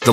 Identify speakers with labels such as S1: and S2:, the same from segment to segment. S1: The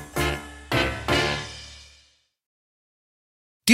S2: Do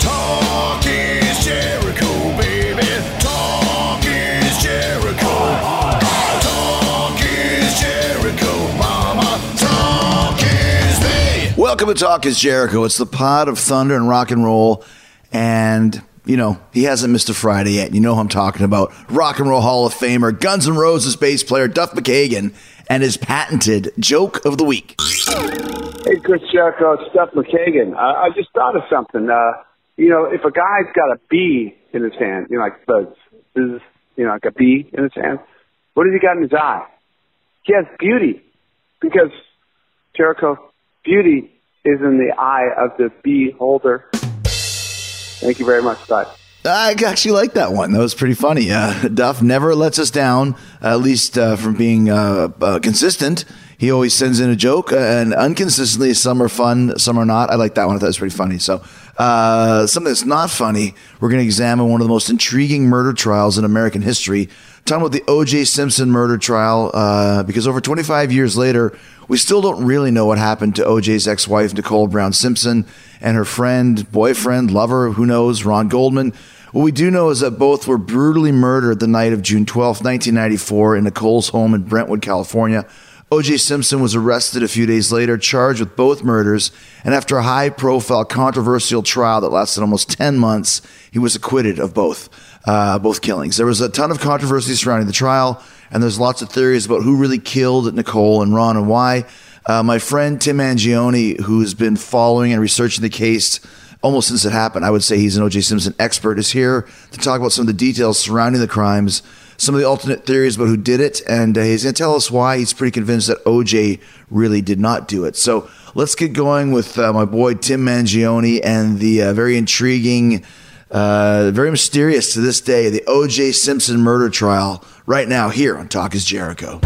S3: Talk is Jericho, baby. Talk is Jericho. Talk is Jericho, mama. Talk is me.
S4: Welcome to Talk is Jericho. It's the pod of thunder and rock and roll. And, you know, he hasn't missed a Friday yet. You know who I'm talking about. Rock and Roll Hall of Famer, Guns N' Roses bass player Duff McKagan, and his patented joke of the week.
S5: Hey, Chris Jericho, it's Steph McKagan. Uh, I just thought of something. Uh, you know, if a guy's got a B in his hand, you know, like buzz, buzz, you know, like a B in his hand, what has he got in his eye? He has beauty, because Jericho, beauty is in the eye of the beholder. Thank you very much, bye.
S4: I actually like that one. That was pretty funny. Uh, Duff never lets us down, at least uh, from being uh, uh, consistent. He always sends in a joke, uh, and unconsistently, some are fun, some are not. I like that one. I thought it was pretty funny. So, uh, something that's not funny, we're going to examine one of the most intriguing murder trials in American history. Talking about the O.J. Simpson murder trial, uh, because over 25 years later, we still don't really know what happened to OJ's ex wife, Nicole Brown Simpson, and her friend, boyfriend, lover, who knows, Ron Goldman. What we do know is that both were brutally murdered the night of June 12, 1994, in Nicole's home in Brentwood, California. OJ Simpson was arrested a few days later, charged with both murders, and after a high profile, controversial trial that lasted almost 10 months, he was acquitted of both, uh, both killings. There was a ton of controversy surrounding the trial, and there's lots of theories about who really killed Nicole and Ron and why. Uh, my friend Tim Angioni, who's been following and researching the case almost since it happened, I would say he's an O.J. Simpson expert, is here to talk about some of the details surrounding the crimes, some of the alternate theories about who did it, and uh, he's going to tell us why he's pretty convinced that O.J. really did not do it. So let's get going with uh, my boy Tim Mangione and the uh, very intriguing, uh, very mysterious to this day, the O.J. Simpson murder trial right now here on Talk is Jericho.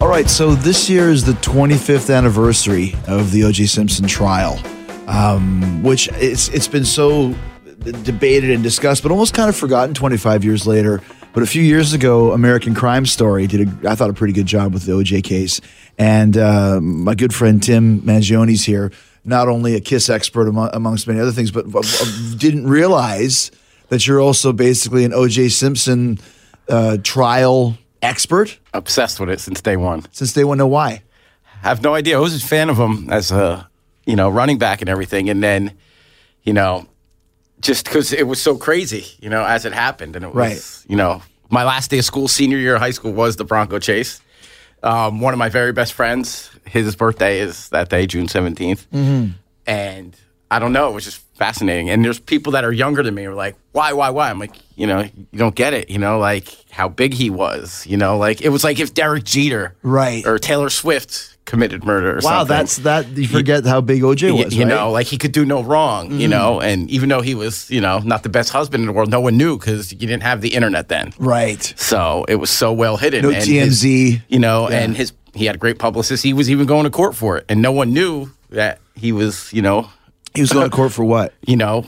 S4: All right, so this year is the 25th anniversary of the O.J. Simpson trial, um, which it's it's been so debated and discussed, but almost kind of forgotten 25 years later. But a few years ago, American Crime Story did, a, I thought, a pretty good job with the O.J. case, and uh, my good friend Tim Mangione's here, not only a kiss expert among, amongst many other things, but, but didn't realize that you're also basically an O.J. Simpson uh, trial expert
S6: obsessed with it since day one.
S4: since they want to know why.
S6: I have no idea. I was a fan of him as a, you know, running back and everything. And then, you know, just because it was so crazy, you know, as it happened. And it was,
S4: Right.
S6: you know, my last day of school, senior year of high school, was the Bronco Chase. Um, one of my very best friends, his birthday is that day, June 17th. And I don't know, it was just fascinating. And there's people that are younger than me who are like, why, why, why? I'm like, you know, you don't get it, you know, like how big he was, you know, like it was like if Derek Jeter
S4: Right.
S6: or Taylor Swift committed murder or something.
S4: Wow, that's that. You forget how big OJ
S6: Y-
S4: was,
S6: you
S4: right? Mm-hmm.
S6: know, like he could do no wrong, you know, and even though he was, you know, not the best husband in the world, no one knew because you didn't have the internet then.
S4: right.
S6: So it was so well hidden.
S4: No
S6: and
S4: TMZ.
S6: his- you know, and his he had a great publicist. He was even going to court for it, and no one knew that he was, you know,
S4: He was going to court for what?
S6: you know,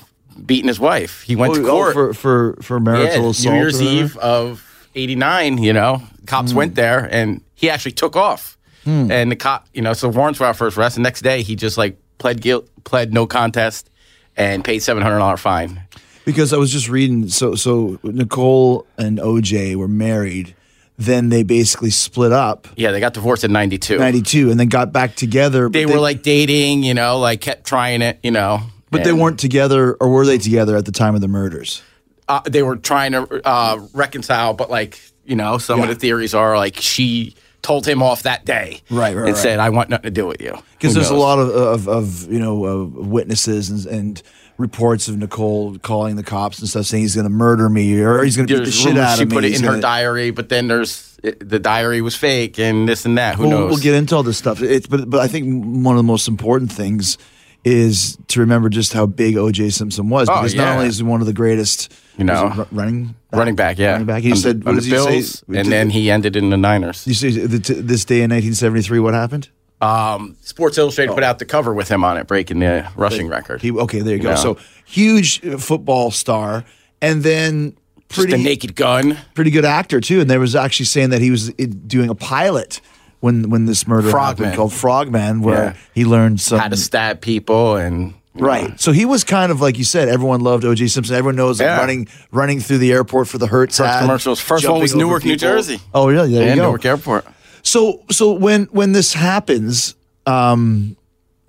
S6: beating his wife. He went to court
S4: Oh, for for for marital
S6: yeah,
S4: assault.
S6: New
S4: or
S6: Year's
S4: whatever? Hmm.
S6: Eve of '89. You know, cops went there, and he actually took off. And the cop, you know, so warrants were out for his arrest. The next day, he just like pled guilt, pled no contest, and paid seven hundred dollar fine.
S4: Because I was just reading. So so Nicole and OJ were married. then they basically split up
S6: Yeah, they got divorced in 92.
S4: 92 and then got back together. but
S6: They were like dating, you know, like kept trying it, you know.
S4: but they
S6: and,
S4: weren't together or were they together at the time of the murders?
S6: Uh, they were trying to uh, reconcile, but like, you know, some of the theories are like she told him off that day.
S4: Right, right,
S6: And
S4: right.
S6: said, I want nothing to do with you.
S4: Because
S6: Who
S4: there's a
S6: knows?
S4: lot of, of, of you know, uh, witnesses and, and reports of Nicole calling the cops and stuff saying he's going to murder me or he's going to beat the
S6: There's
S4: shit
S6: rumors
S4: out
S6: she
S4: of me.
S6: put it
S4: he's
S6: in her
S4: gonna-
S6: diary, but then there's it, the diary was fake and this and that. Who
S4: we'll,
S6: knows?
S4: we'll get into all this stuff. It's but but I think one of the most important things is to remember just how big OJ Simpson was
S6: Oh,
S4: because not
S6: yeah.
S4: only is he one of the greatest,
S6: You know.
S4: was it ru- running
S6: running back, yeah.
S4: running back. He
S6: On the-
S4: said, "What
S6: on
S4: does
S6: the
S4: he say?"
S6: Bills, and then he ended in the Niners.
S4: You say the, t- this day in 1973, what happened?
S6: Um, Sports Illustrated put out the cover with him on it, breaking the rushing record.
S4: Oh. He okay, there you go.
S6: Yeah.
S4: So huge uh, football star, and then
S6: Just
S4: pretty
S6: the naked gun
S4: pretty good actor too. And there was actually saying that he was uh, doing a pilot when when this murder happened
S6: Frogman.
S4: called Frogman, where
S6: Yeah.
S4: he learned some
S6: had to stab people and
S4: Um, Right. So he was kind of like you said. Everyone loved O.J. Simpson. Everyone knows like,
S6: Yeah.
S4: running running through the airport for the Hertz
S6: First
S4: ad,
S6: commercials. First
S4: jumping
S6: one was
S4: over
S6: Newark, New
S4: people.
S6: Jersey.
S4: Oh, really? There
S6: and
S4: you go.
S6: Newark Airport.
S4: So so when when this happens, um,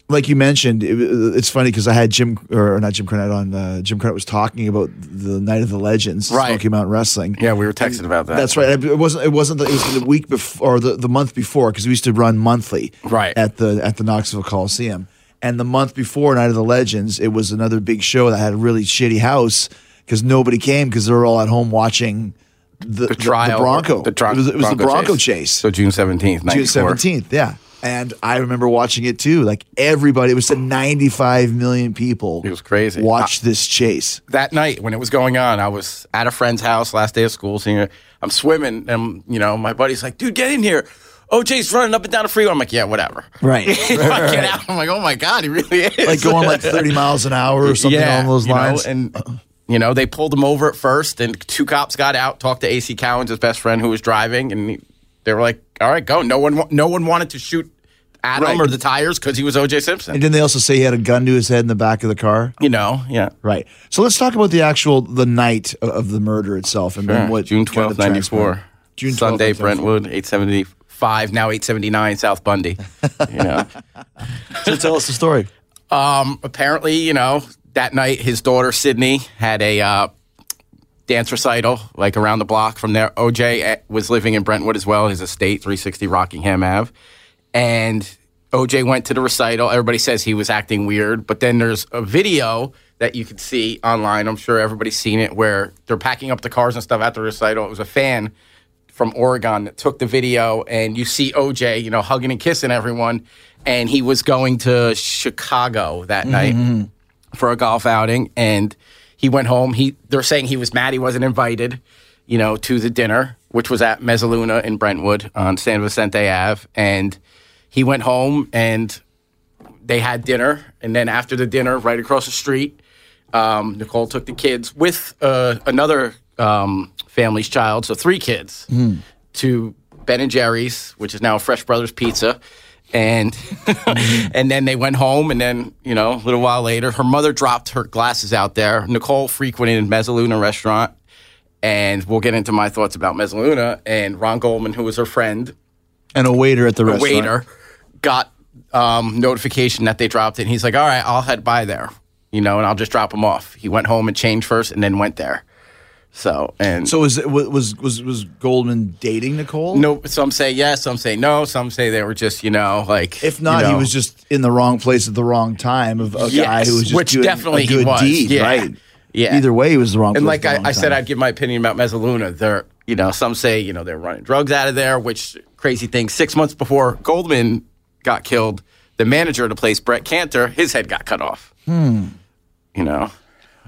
S4: like you mentioned, it, it's funny because I had Jim or not Jim Cornette on. Uh, Jim Cornette was talking about the Night of the Legends,
S6: Right.
S4: Smoky Mountain Wrestling.
S6: Yeah, we were texting about that.
S4: That's right. It wasn't. It wasn't. The, it was the week before, or the, the month before, because we used to run monthly.
S6: Right.
S4: At the at the Knoxville Coliseum, and the month before Night of the Legends, it was another big show that had a really shitty house because nobody came because they were all at home watching the, the
S6: trial.
S4: the Bronco.
S6: The tri-
S4: It was, it was the Bronco chase.
S6: So June seventeenth,
S4: June seventeenth. Yeah. And I remember watching it too. Like everybody, it was the 95 million people.
S6: It was crazy.
S4: Watched this chase.
S6: That night when it was going on, I was at a friend's house last day of school. Senior, I'm swimming, and you know my buddy's like, "Dude, get in here." OJ's running up and down the freeway. I'm like, "Yeah, whatever."
S4: Right.
S6: You know, I get out. I'm like, "Oh my god, he really is."
S4: Like going like 30 miles an hour or something along those
S6: you know,
S4: lines.
S6: and you know, they pulled him over at first, and two cops got out, talked to AC Cowens, his best friend, who was driving, and he- they were like, "All right, go." No one, wa- no one wanted to shoot at him or the tires because he was OJ Simpson.
S4: And didn't they also say he had a gun to his head in the back of the car?
S6: you know, yeah.
S4: Right. So let's talk about the actual the night o- of the murder itself and then
S6: Yeah,
S4: what
S6: June
S4: kind of
S6: twelfth, ninety four.
S4: transpired. June 12th,
S6: Sunday,
S4: 1994.
S6: Brentwood, eight seventy five. Now eight seventy nine, South Bundy. you know,
S4: So tell us the story.
S6: um, apparently, you know, that night his daughter Sydney had a uh, dance recital like around the block from there. OJ at- was living in Brentwood as well, his estate, 360 Rockingham Ave, and OJ went to the recital. Everybody says he was acting weird, but then there's a video that you can see online. I'm sure everybody's seen it where they're packing up the cars and stuff at the recital. It was a fan from Oregon that took the video, and you see OJ, you know, hugging and kissing everyone, and he was going to Chicago that night for a golf outing, and he went home. He they're saying he was mad he wasn't invited, you know, to the dinner, which was at Mezzaluna in Brentwood on San Vicente Ave, and he went home and they had dinner, and then after the dinner, right across the street, um, Nicole took the kids with uh, another um, family's child, so three kids, to Ben and Jerry's, which is now Fresh Brothers Pizza, and and then they went home, and then you know a little while later, her mother dropped her glasses out there. Nicole frequented Mezzaluna restaurant, and we'll get into my thoughts about Mezzaluna and Ron Goldman, who was her friend
S4: And a waiter at the
S6: the
S4: restaurant.
S6: waiter got um, notification that they dropped it. And he's like, all right, I'll head by there, you know, and I'll just drop him off. He went home and changed first and then went there. So, and
S4: So was it wa- was was was Goldman dating Nicole?
S6: no, some say yes, some say no, some say they were just, you know, like.
S4: If not,
S6: you know,
S4: he was just in the wrong place at the wrong time of a guy
S6: Yes,
S4: who was just
S6: which
S4: doing
S6: definitely
S4: a
S6: he
S4: good
S6: was.
S4: deed,
S6: Yeah.
S4: right?
S6: Yeah.
S4: Either way, he was the wrong.
S6: And
S4: place
S6: like
S4: at the
S6: I,
S4: wrong
S6: I said,
S4: time.
S6: I'd give my opinion about Mezzaluna. They're, you know, some say, you know, they're running drugs out of there, which crazy thing. Six months before Goldman got killed, the manager of the place, Brett Cantor, his head got cut off. Hmm. You know,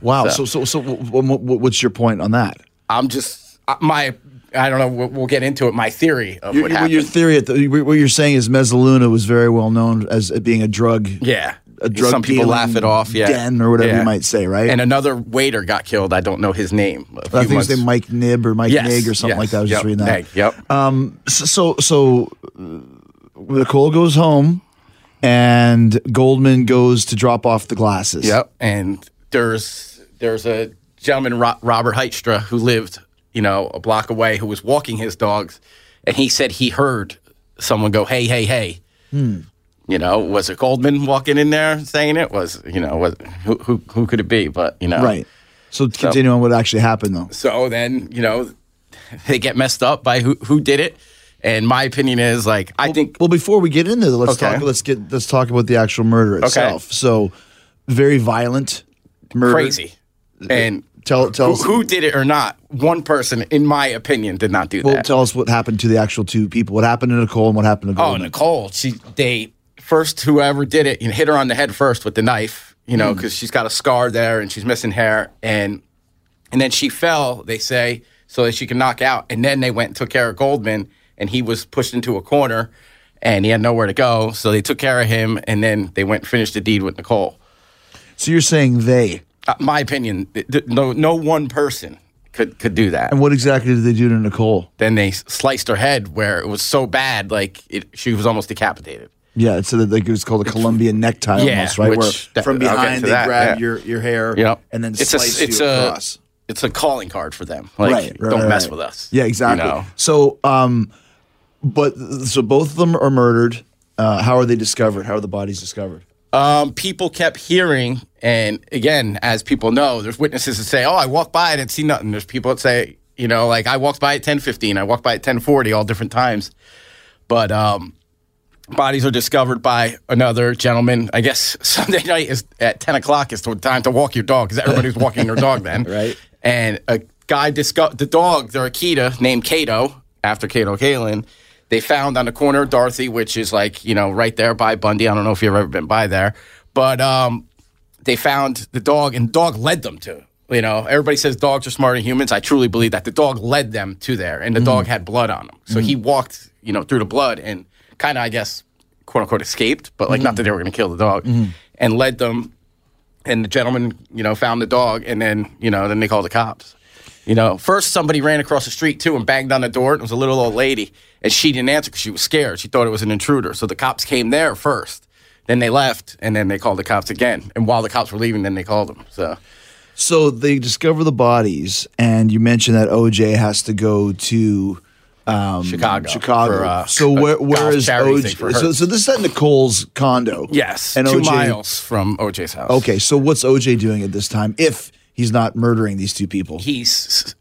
S4: wow. So so so, wh- wh- wh- what's your point on that?
S6: I'm just I- my. I don't know. We'll, we'll get into it. My theory of
S4: Your,
S6: what
S4: your,
S6: happened.
S4: your theory, at the, what you're saying is Mezzaluna was very well known as being a drug
S6: yeah,
S4: a drug
S6: Some people laugh
S4: dealing
S6: it off. Yeah,
S4: den or whatever you
S6: Yeah.
S4: might say, right?
S6: And another waiter got killed. I don't know his name. a few
S4: I think his
S6: months-
S4: name Mike Nib or Mike
S6: Yes,
S4: Nig or something
S6: yes,
S4: like that. I was
S6: yep,
S4: just reading that. Um,
S6: Neg, yep.
S4: S- So so uh, Nicole goes home, and Goldman goes to drop off the glasses.
S6: Yep. And there's there's a gentleman Ro- Robert Heitstra who lived you know, a block away who was walking his dogs, and he said he heard someone go, "Hey, hey, hey."
S4: Hmm.
S6: You know, was it Goldman walking in there saying it? Was you know, was who who, who could it be? But you know,
S4: Right. So, continue on what actually happened, though.
S6: so then, you know, they get messed up by who who did it. And my opinion is like I think
S4: Well, before we get into that, let's
S6: Okay.
S4: talk. Let's get let's talk about the actual murder itself. So, very violent murder.
S6: crazy. And
S4: Tell tell
S6: who,
S4: us.
S6: who did it or not, one person, in my opinion, did not do
S4: well,
S6: that.
S4: tell us what happened to the actual two people. What happened to Nicole and what happened to
S6: oh,
S4: Goldman?
S6: Nicole, she they first whoever did it, you know, hit her on the head first with the knife, you know, because she's got a scar there and she's missing hair, and and then she fell. They say so that she can knock out, and then they went and took care of Goldman, and he was pushed into a corner, and he had nowhere to go, so they took care of him, and then they went and finished the deed with Nicole.
S4: So you're saying they?
S6: Uh, my opinion, th- th- no, no one person could could do that.
S4: And what exactly did they do to Nicole?
S6: then they sliced her head where it was so bad, like it, she was almost decapitated.
S4: Yeah, it said that like, it was called a Colombian necktie
S6: Yeah,
S4: almost, right?
S6: which-
S4: Where
S6: that-
S4: from
S6: I'll get
S4: behind
S6: to
S4: they
S6: that,
S4: grab
S6: yeah.
S4: your, your hair
S6: Yep.
S4: and then
S6: It's a-
S4: slice
S6: it's
S4: you
S6: a-
S4: across.
S6: It's a calling card for them. Like, don't
S4: right,
S6: mess
S4: right.
S6: with us.
S4: Yeah, exactly.
S6: You know?
S4: So, um, but so both of them are murdered. Uh, how are they discovered? How are the bodies discovered?
S6: um, people kept hearing, and again, as people know, there's witnesses that say, "Oh, I walked by it and see nothing." There's people that say, you know, like I walked by at 10:15, I walked by at 10:40, all different times. But um, bodies are discovered by another gentleman. I guess Sunday night is at 10 o'clock is the time to walk your dog because everybody's walking their dog then.
S4: Right.
S6: And a guy discovered the dog, their Akita, named Kato, after Kato Kalin, they found on the corner of Dorothy, which is like, you know, right there by Bundy. I don't know if you've ever been by there, but um, they found the dog and the dog led them to. You know, everybody says dogs are smarter than humans. I truly believe that the dog led them to there, and the dog had blood on him. So he walked, you know, through the blood and kind of, I guess, quote unquote, escaped, but like not that they were going to kill the dog, and led them. And the gentleman, you know, found the dog, and then, you know, then they called the cops. You know, first somebody ran across the street too and banged on the door. It was a little old lady, and she didn't answer because she was scared. She thought it was an intruder. So the cops came there first. Then they left, and then they called the cops again. And while the cops were leaving, then they called them. So
S4: So they discover the bodies, and you mentioned that OJ has to go to um,
S6: Chicago
S4: Chicago.
S6: for, uh,
S4: so
S6: a
S4: where where
S6: golf
S4: is
S6: charity thing for
S4: OJ?
S6: her.
S4: So, so this is at Nicole's condo.
S6: yes,
S4: and
S6: two
S4: OJ.
S6: miles from OJ's house.
S4: Okay, so what's OJ doing at this time if he's not murdering these two people?
S6: he's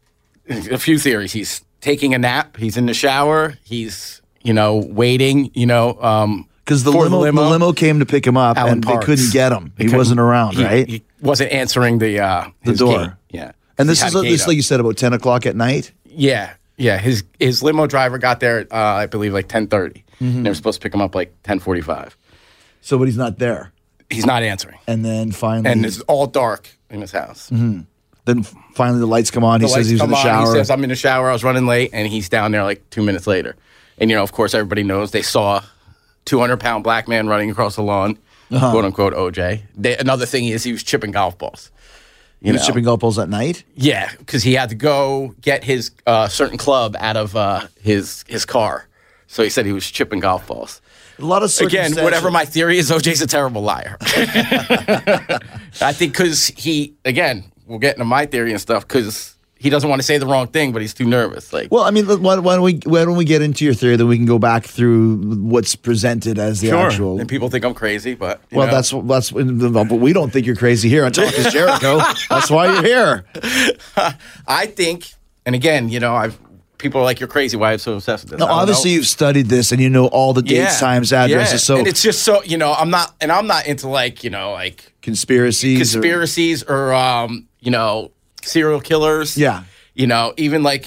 S6: a few theories. He's taking a nap. He's in the shower. He's you know waiting. You know, um,
S4: Because the
S6: for
S4: limo, the limo, came to pick him up,
S6: Alan
S4: and they
S6: Parks.
S4: couldn't get him. He, wasn't around,
S6: he,
S4: right?
S6: He wasn't answering the uh,
S4: The
S6: his
S4: door.
S6: gate. Yeah,
S4: and
S6: He
S4: this
S6: had
S4: is
S6: a
S4: uh,
S6: gate
S4: this,
S6: up.
S4: like you said, about ten o'clock at night.
S6: Yeah, yeah. His his limo driver got there, at, uh, I believe, like ten
S4: Mm-hmm.
S6: They were supposed to pick him up like ten forty five.
S4: So, but he's not there.
S6: He's not answering,
S4: And then finally,
S6: and it's all dark in his house.
S4: then finally the lights come on.
S6: The
S4: Mm-hmm. he says
S6: lights
S4: he was in
S6: come
S4: the
S6: on,
S4: shower.
S6: He says I'm in the shower. I was running late, and he's down there like two minutes later. And you know, of course, everybody knows they saw 200 pound black man running across the lawn,
S4: Uh-huh.
S6: quote unquote OJ. They, another thing is he was chipping golf balls. You
S4: he was
S6: know?
S4: chipping golf balls at night.
S6: Yeah, because he had to go get his uh, certain club out of uh, his his car. So he said he was chipping golf balls.
S4: A lot of
S6: Again,
S4: circumstantial-
S6: whatever my theory is, OJ's a terrible liar. I think because he, again, we'll get into my theory and stuff because he doesn't want to say the wrong thing, but he's too nervous. Like,
S4: Well, I mean, let- why, why don't we why don't we get into your theory? Then we can go back through what's presented as the actual.
S6: And people think I'm crazy, but you
S4: well,
S6: know.
S4: that's that's but we don't think you're crazy here on Talk is Jericho. that's why you're here.
S6: I think, and again, you know, I've people are like, "You're crazy. Why are you so obsessed with this?"
S4: Now,
S6: I don't
S4: obviously,
S6: know.
S4: you've studied this and you know all the dates, times, addresses.
S6: yeah.
S4: So
S6: and it's just so you know, I'm not, and I'm not into like you know, like
S4: conspiracies. or-
S6: conspiracies or, um, you know, serial killers.
S4: Yeah.
S6: you know, even like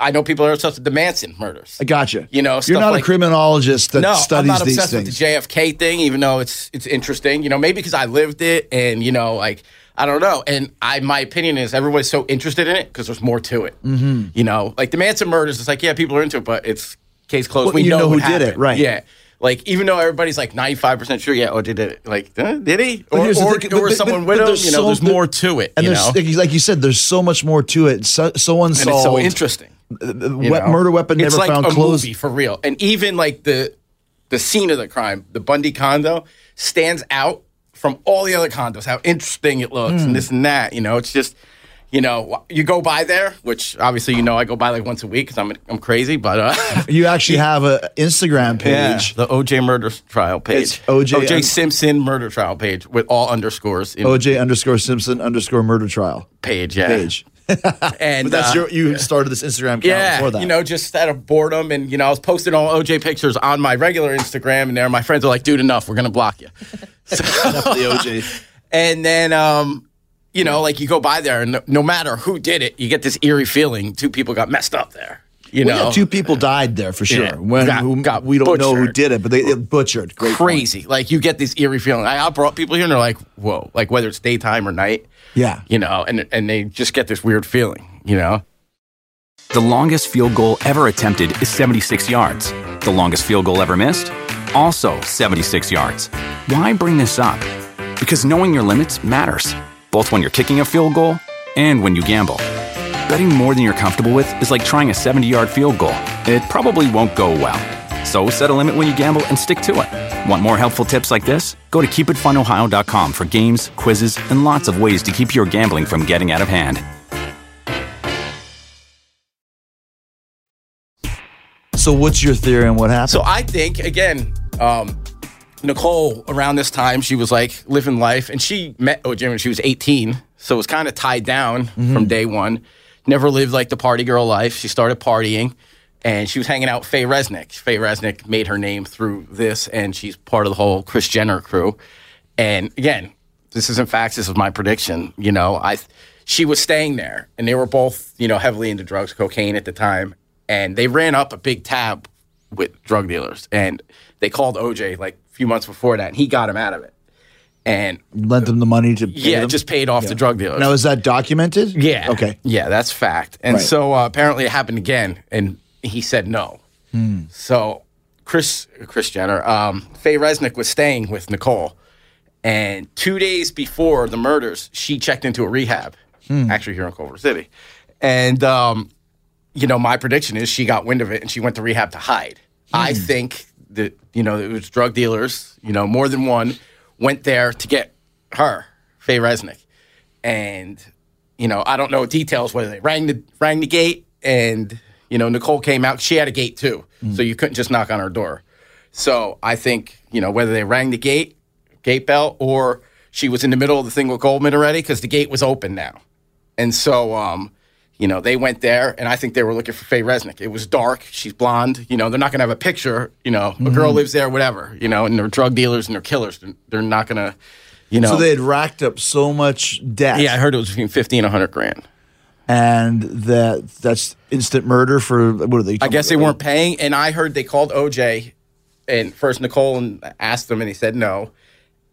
S6: I know people are obsessed with the Manson murders.
S4: I gotcha.
S6: You know,
S4: you're
S6: stuff
S4: not
S6: like-
S4: a criminologist that
S6: no, I'm
S4: studies
S6: not
S4: these
S6: obsessed
S4: things.
S6: with the JFK thing, even though it's it's interesting. You know, maybe because I lived it, and you know, like I don't know. And I, my opinion is, everybody's so interested in it because there's more to it. Mm-hmm. You know, like the Manson murders, it's like yeah, people are into it, but it's case closed.
S4: Well,
S6: we
S4: you know
S6: what
S4: who did it,
S6: happened.
S4: right.
S6: Yeah. Like even though everybody's like ninety five percent sure, yeah, oh, did it? Like eh, did he?
S4: But
S6: Or,
S4: here's the
S6: or,
S4: thing,
S6: or
S4: but-
S6: was
S4: but-
S6: someone
S4: but
S6: with him?
S4: there's
S6: you know,
S4: so-
S6: there's more to it.
S4: and
S6: you
S4: there's
S6: know,
S4: like- like you said, there's so much more to it. So, so unsolved. Uh,
S6: and it's so interesting.
S4: We- Murder weapon never
S6: it's like
S4: found
S6: a
S4: clothes.
S6: movie for real. And even like the the scene of the crime, the Bundy condo
S4: Hmm.
S6: stands out from all the other condos. How interesting it looks, and this and that. You know, it's just you know, you go by there, which obviously you know I go by like once a week because I'm I'm crazy, but uh,
S4: You actually have a Instagram page.
S6: the OJ murder trial page,
S4: It's OJ und-
S6: Simpson murder trial page with all underscores in
S4: OJ underscore Simpson underscore murder trial
S6: page, yeah,
S4: page.
S6: and
S4: But that's
S6: uh,
S4: your you started this Instagram account
S6: yeah,
S4: before that.
S6: you know, just out of boredom, and you know, I was posting all OJ pictures on my regular Instagram, and there my friends are like, "Dude, enough, we're gonna block you." So-
S4: the OJ.
S6: And then, um, you know, like you go by there, and no, no matter who did it, you get this eerie feeling two people got messed up there. You
S4: Well, yeah,
S6: know,
S4: two people died there for sure.
S6: Yeah.
S4: when
S6: Got-
S4: who-
S6: got
S4: we don't know who
S6: butchered.
S4: did it, but they it butchered. Great point.
S6: crazy. Like you get this eerie feeling. I, I brought people here, and they're like, "Whoa!" Like whether it's daytime or night,
S4: Yeah.
S6: you know, and and they just get this weird feeling, you know.
S1: The longest field goal ever attempted is 76 yards. The longest field goal ever missed? Also 76 yards. Why bring this up? Because knowing your limits matters, both when you're kicking a field goal and when you gamble. Betting more than you're comfortable with is like trying a 70 yard field goal, it probably won't go well. So set a limit when you gamble and stick to it. Want more helpful tips like this? Go to keepitfunohio.com for games, quizzes, and lots of ways to keep your gambling from getting out of hand.
S4: So what's your theory on what happened?
S6: So I think again, um, Nicole around this time she was like living life, and she met OJ when she was 18, so it was kind of tied down from day one. Never lived like the party girl life. She started partying, and she was hanging out with Faye Resnick. Faye Resnick made her name through this, and she's part of the whole Chris Jenner crew. And again, this isn't facts. This is my prediction. You know, I she was staying there, and they were both you know heavily into drugs, cocaine at the time, and they ran up a big tab with drug dealers, and they called OJ like a few months before that, and he got him out of it. And
S4: Lent them the money to pay
S6: yeah,
S4: them?
S6: just paid off the drug dealers.
S4: now is that documented?
S6: Yeah.
S4: Okay.
S6: Yeah, that's fact. And
S4: Right.
S6: so uh, apparently it happened again, and he said no.
S4: Hmm.
S6: So Chris Chris Jenner, um, Faye Resnick was staying with Nicole, and two days before the murders, she checked into a rehab,
S4: Hmm.
S6: actually here in Culver City, and um, you know my prediction is she got wind of it and she went to rehab to hide.
S4: Hmm.
S6: I think that you know it was drug dealers, you know more than one went there to get her Faye Resnick, and you know, I don't know details whether they rang the rang the gate and you know Nicole came out. She had a gate too,
S4: Mm.
S6: so you couldn't just knock on her door. So I think you know whether they rang the gate gate bell or she was in the middle of the thing with Goldman already because the gate was open now, and so um, you know they went there and I think they were looking for Faye Resnick. It was dark. She's blonde. You know they're not gonna have a picture. You know a
S4: Mm-hmm.
S6: girl lives there, whatever. You know and they're drug dealers and they're killers. They're, they're not gonna. You know,
S4: So they had racked up so much debt.
S6: yeah, I heard it was between fifty and hundred grand.
S4: and that that's instant murder for what are they?
S6: I guess they weren't paying, and I heard they called OJ, and first Nicole and asked him, and he said no,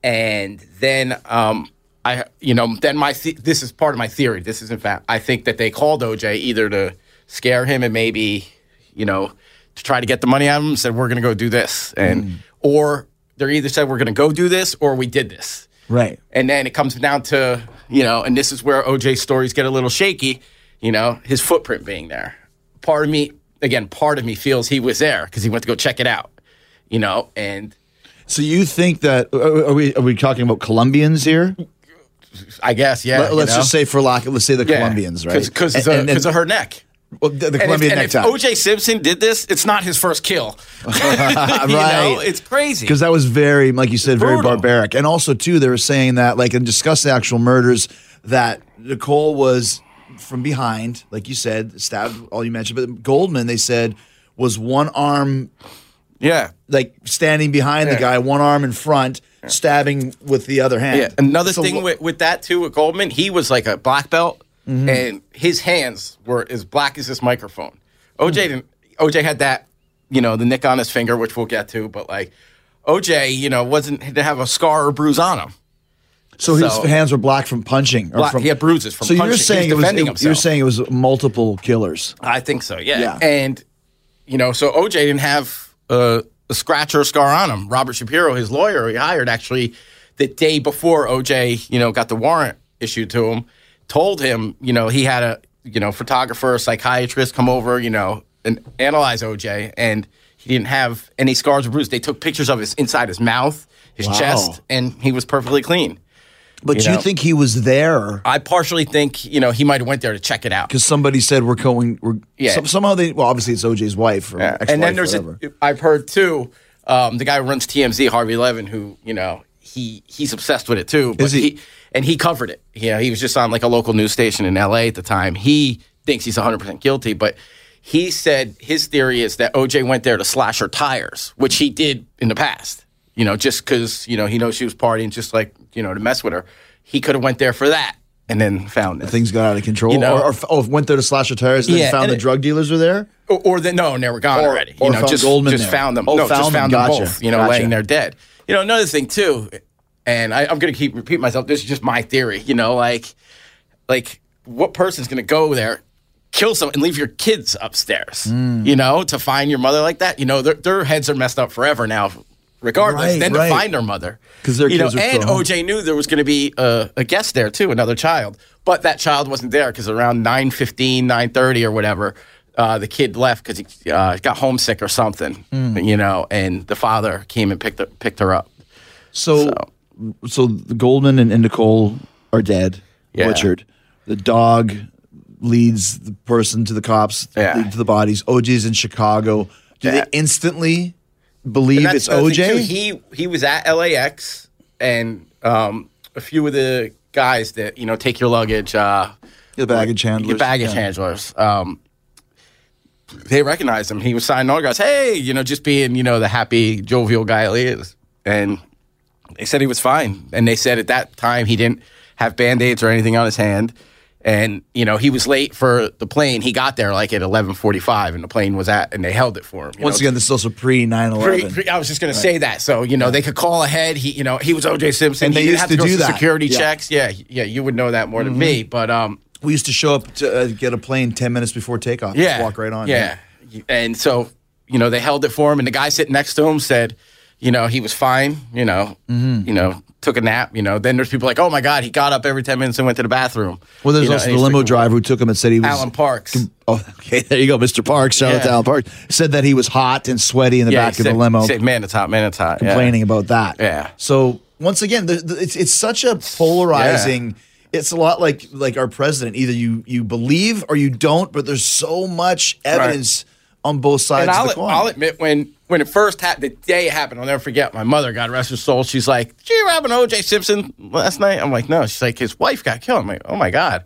S6: and then um, I, you know, then my the- this is part of my theory. This isn't fact. I think that they called OJ either to scare him and maybe, you know, to try to get the money out of him. Said we're going to go do this, and or they're either said we're going to go do this or we did this.
S4: right.
S6: And then it comes down to, you know, and this is where OJ's stories get a little shaky, you know, his footprint being there. Part of me, again, part of me feels he was there because he went to go check it out, you know, and
S4: So you think that are are we are we talking about Colombians here?
S6: I guess, yeah.
S4: Let,
S6: you
S4: us
S6: know?
S4: just say for lack, let's say the Colombians, right?
S6: Because
S4: And- and-
S6: of her neck.
S4: well, the, the
S6: And if,
S4: Colombian
S6: and if
S4: necktie.
S6: OJ Simpson did this, it's not his first kill. You know, it's crazy.
S4: because that was very, like you said, very
S6: Brutal.
S4: barbaric. And also, too, they were saying that, like, and discuss the actual murders that Nicole was from behind, like you said, stabbed. All you mentioned, but Goldman, they said, was one arm,
S6: Yeah.
S4: like standing behind the
S6: Yeah.
S4: guy, one arm in front, stabbing with the other hand.
S6: Yeah. Another
S4: So
S6: thing
S4: wh-
S6: with, with that too with Goldman, he was like a black belt,
S4: Mm-hmm.
S6: and his hands were as black as this microphone. OJ
S4: Hmm.
S6: didn't. OJ had that, you know, the nick on his finger, which we'll get to, but like OJ, you know, wasn't didn't have a scar or bruise on him.
S4: so his
S6: so-
S4: hands were black from punching. Or
S6: Black-
S4: from,
S6: he had bruises from
S4: so
S6: punching. He
S4: you're
S6: was
S4: saying it was
S6: defending
S4: you're
S6: himself.
S4: saying it was multiple killers.
S6: I think so. Yeah.
S4: Yeah.
S6: And you know, so OJ didn't have uh, a scratch or a scar on him. Robert Shapiro, his lawyer, he hired actually the day before OJ, you know, got the warrant issued to him, told him, you know, he had a you know photographer, a psychiatrist come over, you know, and analyze OJ, and he didn't have any scars or bruises. They took pictures of his inside his mouth, his
S4: Wow.
S6: chest, and he was perfectly clean.
S4: But you,
S6: know.
S4: think he was there
S6: I partially think you know he might have went there to check it out.
S4: because somebody said we're going. We're,
S6: Yeah.
S4: some- somehow they. Well, obviously it's OJ's wife. Or
S6: Yeah.
S4: ex-wife,
S6: And then there's
S4: whatever.
S6: a, I've heard too, um, the guy who runs TMZ, Harvey Levin, who you know he he's obsessed with it too. But
S4: Is he?
S6: And he covered it. You know, he was just on like a local news station in LA at the time. He thinks he's 100 percent guilty, but he said his theory is that OJ went there to slash her tires, which he did in the past. You know, just because you know he knows she was partying, just like you know to mess with her. He could have went there for that, and then found this.
S4: things got out of control.
S6: You know-
S4: or, or f- oh, went there to slash the tires and then
S6: Yeah,
S4: found
S6: and
S4: the
S6: it-
S4: drug dealers were there.
S6: or, or that no, they were gone
S4: Or-
S6: already.
S4: or
S6: you know,
S4: found
S6: just
S4: Goldman
S6: just
S4: there.
S6: found them.
S4: Oh,
S6: no,
S4: found
S6: just found
S4: them.
S6: them,
S4: Gotcha.
S6: both. You know,
S4: Gotcha.
S6: laying there dead. You know, another thing too, and I, I'm gonna keep repeat myself. This is just my theory. You know, like, like what person's gonna go there, kill someone, and leave your kids upstairs?
S4: Hmm.
S6: You know, to find your mother like that. You know, their their heads are messed up forever now. Regardless,
S4: Right,
S6: then
S4: right.
S6: to find their mother
S4: 'Cause their
S6: you know,
S4: kids are still
S6: and
S4: home.
S6: OJ knew there was going to be a, a guest there too, another child, but that child wasn't there because around 9.15, 9.30 or whatever, uh, the kid left because he uh, got homesick or something,
S4: Hmm.
S6: you know, and the father came and picked her, picked her up.
S4: So, so, the Goldman and, and Nicole are dead,
S6: Yeah.
S4: butchered. The dog leads the person to the cops,
S6: Yeah.
S4: lead to the bodies. OJ's in Chicago. Do
S6: Yeah.
S4: they instantly believe
S6: And
S4: it's
S6: that's another thing,
S4: OJ?
S6: too. He he was at LAX, and um, a few of the guys that you know take your luggage, uh,
S4: The baggage handlers,
S6: your baggage
S4: yeah.
S6: handlers. Um, they recognized him. He was signing autographs. Hey, you know, just being you know the happy, jovial guy he is, and they said he was fine. And they said at that time he didn't have band aids or anything on his hand. And you know he was late for the plane. He got there like at eleven forty-five, and the plane was at, and they held it for him. you
S4: Once
S6: know?
S4: again, this is also pre 9
S6: Pre-
S4: 11.
S6: pre- I was just going to say that. So you know, they could call ahead. He, you know, he was OJ Simpson.
S4: And they
S6: he didn't
S4: used
S6: have
S4: to
S6: to, go
S4: do
S6: through
S4: that.
S6: security
S4: Yeah. Mm-hmm.
S6: checks. Yeah, yeah, you would know that more than me. But um,
S4: We used to show up to uh, get a plane 10 minutes before takeoff. Just
S6: yeah,
S4: walk right on.
S6: Yeah. and so you know, they held it for him, and the guy sitting next to him said, you know, he was fine. You know,
S4: Mm-hmm.
S6: you know, took a nap. You know, then there's people like, oh my god, he got up every ten minutes and went to the bathroom.
S4: Well, there's
S6: You know,
S4: also
S6: and
S4: the
S6: he's
S4: limo
S6: like,
S4: driver who took him and said he was.
S6: Alan Parks.
S4: Oh, okay. There you go, Mr. Parks. Shout out to
S6: Yeah.
S4: Alan Parks. Said that he was hot and sweaty in the
S6: yeah,
S4: back
S6: he
S4: of the
S6: said-
S4: limo.
S6: he Said, man, it's hot. Man, it's hot. Yeah.
S4: complaining about that.
S6: Yeah.
S4: So once again, the, the, it's it's such a polarizing. It's a lot like like our president. Either you you believe or you don't. But there's so much evidence on both sides
S6: and
S4: of
S6: I'll,
S4: the coin.
S6: I'll admit when when it first happened, the day it happened, I'll never forget. My mother, God rest her soul, she's like, "Did you hear about O.J. Simpson last night?" I'm like, "No." She's like, "His wife got killed." I'm like, "Oh my god."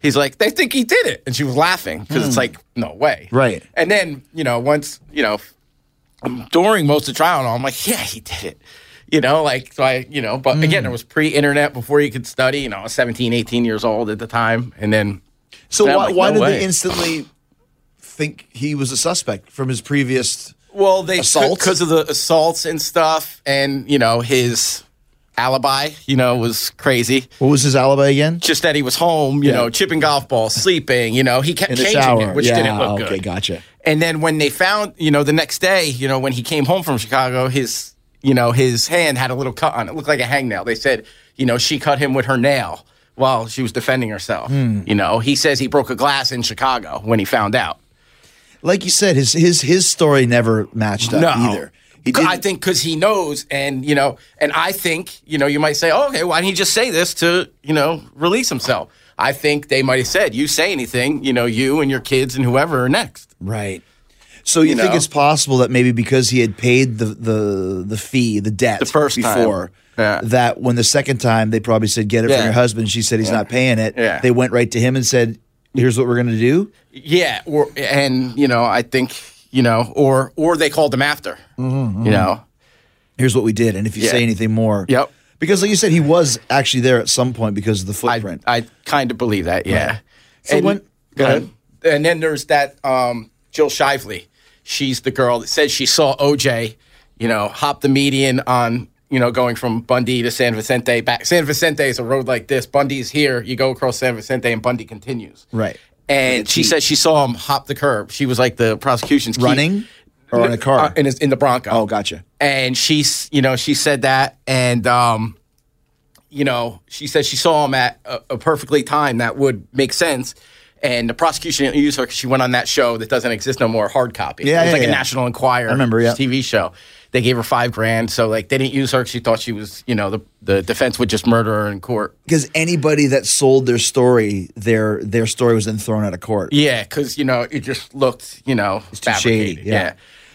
S6: He's like, "They think he did it," and she was laughing because it's like, "No way!"
S4: Hmm. Right.
S6: And then you know, once you know, during most of the trial, and all, I'm like, "Yeah, he did it." You know, like, so I, you know, but
S4: Hmm.
S6: again, it was pre internet before you could study. You know, I was 17, 18 years old at the time. And then
S4: so
S6: I'm
S4: why,
S6: like,
S4: why
S6: no
S4: did they
S6: way.
S4: instantly think he was a suspect from his previous?
S6: Well, they
S4: Assaults?
S6: because of the assaults and stuff, and you know his alibi, you know, was crazy.
S4: What was his alibi again?
S6: Just that he was home, you
S4: Yeah.
S6: know, chipping golf balls, sleeping. You know, he kept
S4: In the
S6: changing
S4: shower.
S6: it, which
S4: yeah,
S6: didn't look
S4: okay,
S6: good.
S4: gotcha.
S6: And then when they found, you know, the next day, you know, when he came home from Chicago, his, you know, his hand had a little cut on it. It looked like a hangnail. They said, you know, she cut him with her nail while she was defending herself.
S4: Hmm.
S6: You know, he says he broke a glass in Chicago when he found out.
S4: Like you said, his his his story never matched up either. He
S6: I
S4: didn't-
S6: think because he knows, and you know, and I think you know, you might say, oh, okay, why didn't he just say this to you know release himself? I think they might have said, you say anything, you know, you and your kids and whoever are next.
S4: Right. So you,
S6: You
S4: think
S6: know?
S4: it's possible that maybe because he had paid the the, the fee, the debt the
S6: first time.
S4: before
S6: Yeah.
S4: that when the second time they probably said get it
S6: Yeah.
S4: from your husband, she said he's not paying it.
S6: Yeah.
S4: They went right to him and said, "Here's what we're going to do."
S6: Yeah, or and you know, I think you know, or or they called him after, you know,
S4: Here's what we did, and if you
S6: Yeah.
S4: say anything more,
S6: Yep.
S4: Because like you said, he was actually there at some point because of the
S6: I
S4: footprint.
S6: I kind of believe that, yeah. uh,
S4: So when- go ahead.
S6: And then there's that um, Jill Shively. She's the girl that said she saw OJ, you know, hop the median on, you know, going from Bundy to San Vicente back. San Vicente is a road like this. Bundy's here. You go across San Vicente, and Bundy continues.
S4: Right.
S6: And she said she saw him hop the curb. She was like the prosecution's key-
S4: Running or in a car?
S6: uh, in, his, in the Bronco
S4: oh, gotcha.
S6: and she's you know she said that and um you know she said she saw him at a, a perfectly time that would make sense And the prosecution didn't use her because she went on that show that doesn't exist no more, hard copy.
S7: Yeah,
S6: it was
S7: yeah,
S6: like
S7: yeah.
S6: a National Enquirer
S7: I remember, yeah.
S6: TV show. They gave her five grand, so like they didn't use her 'cause she thought she was, you know, the the defense would just murder her in court.
S4: because anybody that sold their story, their their story was then thrown out of court.
S6: Yeah, because you know it just looked, you know, it's
S4: too shady, yeah.
S6: yeah.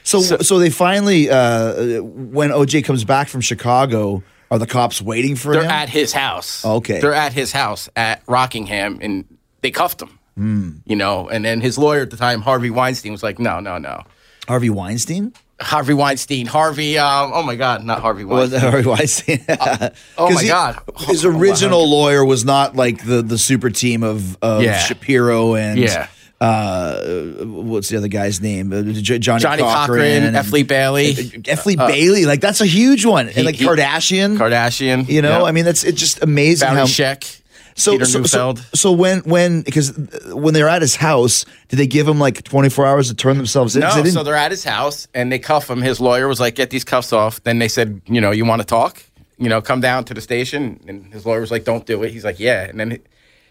S4: So, so they finally, uh, when OJ comes back from Chicago, are the cops waiting for
S6: They're
S4: him?
S6: at his house.
S4: Okay.
S6: They're at his house at Rockingham and they cuffed him.
S4: Hmm.
S6: You know, and then his lawyer at the time, Harvey Weinstein, was like, no, no, no.
S4: Harvey Weinstein.
S6: Harvey Weinstein, Harvey, um, oh my God, not Harvey
S4: Was
S6: Weinstein.
S4: it Harvey Weinstein?
S6: oh
S4: 'Cause
S6: my
S4: he-
S6: God.
S4: His original lawyer was not like the the super team of, of
S6: Yeah.
S4: Shapiro and
S6: Yeah.
S4: uh, what's the other guy's name? Uh, J- Johnny,
S6: Johnny
S4: Cochran,
S6: Cochran, F. Lee Bailey, Uh,
S4: F. Lee Bailey. Like that's a huge one, and like
S6: he-
S4: Kardashian.
S6: Kardashian.
S4: You know,
S6: yeah.
S4: I mean, that's it's just amazing
S6: Barry
S4: how
S6: Sheck, Peter Neufeld.
S4: So, so when when because when they were at his house, did they give him like 24 hours to turn themselves in? 'Cause
S6: no,
S4: they didn't-
S6: so they're at his house and they cuff him. His lawyer was like, get these cuffs off. Then they said, you know, you want to talk? You know, come down to the station. And his lawyer was like, don't do it. He's like, yeah. And then,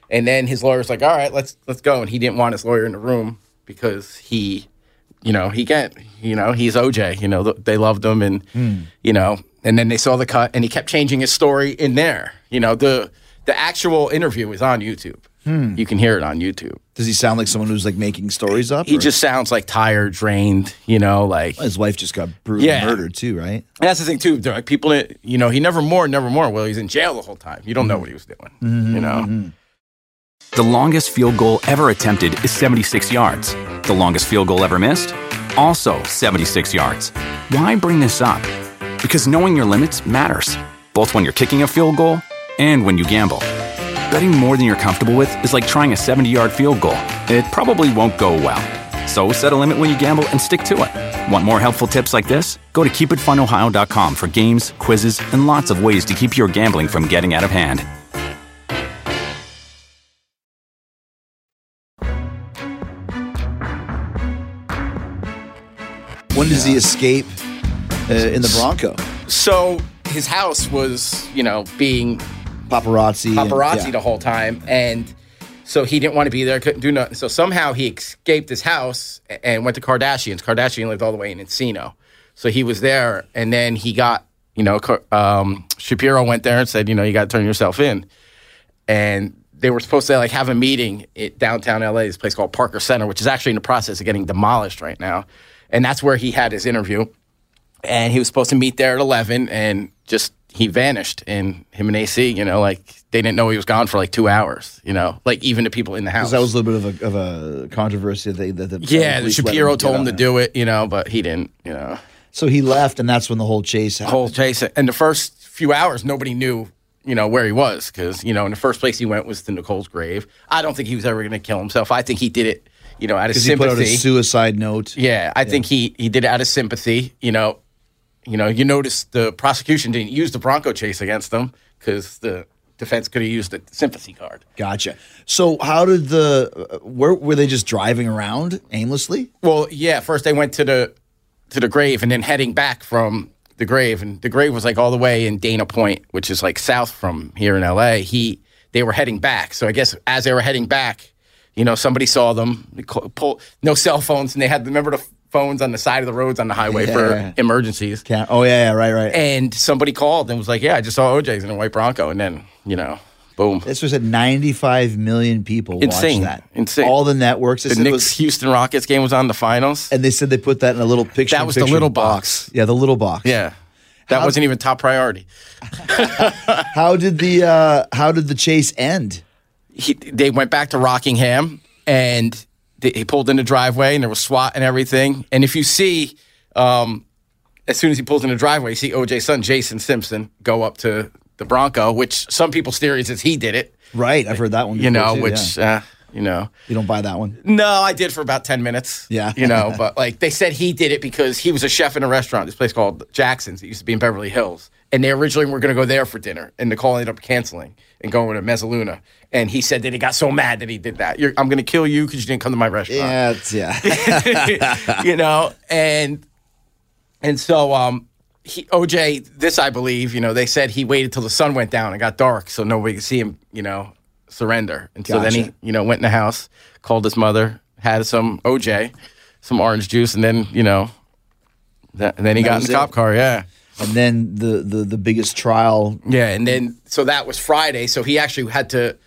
S6: and then his lawyer was like, all right, let's let's go. And he didn't want his lawyer in the room because he, you know, he can't, you know, he's OJ. You know, th- they loved him and,
S4: Hmm.
S6: you know, and then they saw the cut and he kept changing his story in there. You know, the the actual interview is on YouTube.
S4: Hmm.
S6: You can hear it on YouTube.
S4: does he sound like someone who's like making stories up?
S6: He
S4: or-
S6: just sounds like tired, drained, you know, like
S4: his wife just got brutally
S6: Yeah.
S4: murdered too, right?
S6: And that's the thing too. They're like people, that- you know, he never more, never more. Well, he's in jail the whole time. You don't know what he was doing. You know,
S1: The longest field goal ever attempted is 76 yards. The longest field goal ever missed? Also 76 yards. Why bring this up? Because knowing your limits matters, both when you're kicking a field goal and when you gamble. Betting more than you're comfortable with is like trying a 70 yard field goal, it probably won't go well. So set a limit when you gamble and stick to it. Want more helpful tips like this? Go to keepitfunohio.com for games, quizzes, and lots of ways to keep your gambling from getting out of hand.
S4: When does he escape uh, in the Bronco?
S6: so his house was, you know, being
S4: Paparazzi. and-
S6: paparazzi
S4: yeah.
S6: the whole time, and so he didn't want to be there, couldn't do nothing. So somehow he escaped his house a- and went to Kardashian's. Kardashian lived all the way in Encino, so he was there, and then he got, you know, Car- um, Shapiro went there and said, you know, you got to turn yourself in, and they were supposed to like have a meeting at downtown LA, this place called Parker Center, which is actually in the process of getting demolished right now, and that's where he had his interview and he was supposed to meet there at 11 and just he vanished and him and ac you know like they didn't know he was gone for like two hours you know like even the people in the house
S4: That was a little bit of a, of a controversy that they that the
S6: yeah
S4: police let
S6: shapiro
S4: get
S6: told him
S4: on
S6: to
S4: it.
S6: do it you know but he didn't you know
S4: So he left, and that's when the whole chase happened.
S6: whole chase and the first few hours nobody knew you know where he was because you know in the first place he went was to nicole's grave i don't think he was ever going to kill himself i think he did it you know out of
S4: Because he put out
S6: sympathy
S4: a suicide note.
S6: Yeah, I think he he did it out of sympathy. You know, you know, you notice the prosecution didn't use the Bronco chase against them because the defense could have used the sympathy card.
S4: Gotcha. So how did the uh, where were they just driving around aimlessly?
S6: Well, yeah, first they went to the to the grave and then heading back from the grave, and the grave was like all the way in Dana Point, which is like south from here in L.A. He they were heading back, so I guess as they were heading back, you know, somebody saw them. They call- Pull, no cell phones, and they had remember the phones on the side of the roads on the highway
S4: Yeah.
S6: for emergencies.
S4: Can't, oh yeah, yeah, right, right.
S6: And somebody called and was like, "Yeah, I just saw OJ's in a white Bronco," and then you know, boom,
S4: This was at 95 million people
S6: Insane.
S4: watched that.
S6: Insane.
S4: All the networks. They
S6: the
S4: said it
S6: Knicks
S4: was-
S6: Houston Rockets game was on the finals.
S4: and they said they put that in a little picture.
S6: That was the little box.
S4: Yeah, the little box.
S6: Yeah, that wasn't even top priority.
S4: How did the uh, how did the chase end?
S6: He, they went back to Rockingham and they, he pulled in the driveway and there was SWAT and everything. And if you see, um, as soon as he pulls in the driveway, you see OJ's son Jason Simpson go up to the Bronco, which some people's theories is he did it.
S4: Right, I've heard that one.
S6: You
S4: before,
S6: know,
S4: too,
S6: which
S4: yeah.
S6: uh, you know.
S4: you don't buy that one.
S6: No, I did for about 10 minutes.
S4: Yeah.
S6: You know, but like they said he did it because he was a chef in a restaurant, this place called Jackson's. It used to be in Beverly Hills. And they originally were going to go there for dinner. And Nicole ended up canceling and going to Mezzaluna. And he said that he got so mad that he did that. You're, I'm going to kill you because you didn't come to my restaurant
S4: Yeah, it's, yeah.
S6: you know, and and so um he, OJ, this I believe, you know, they said he waited till the sun went down and got dark so nobody could see him, you know, surrender. And so then
S4: Gotcha.
S6: he, you know, went in the house, called his mother, had some OJ, some orange juice, and then, you know, that, and then he got in
S4: was
S6: the
S4: it.
S6: cop car. Yeah.
S4: and then the, the the biggest trial.
S6: Yeah, and then so that was Friday. So he actually had to,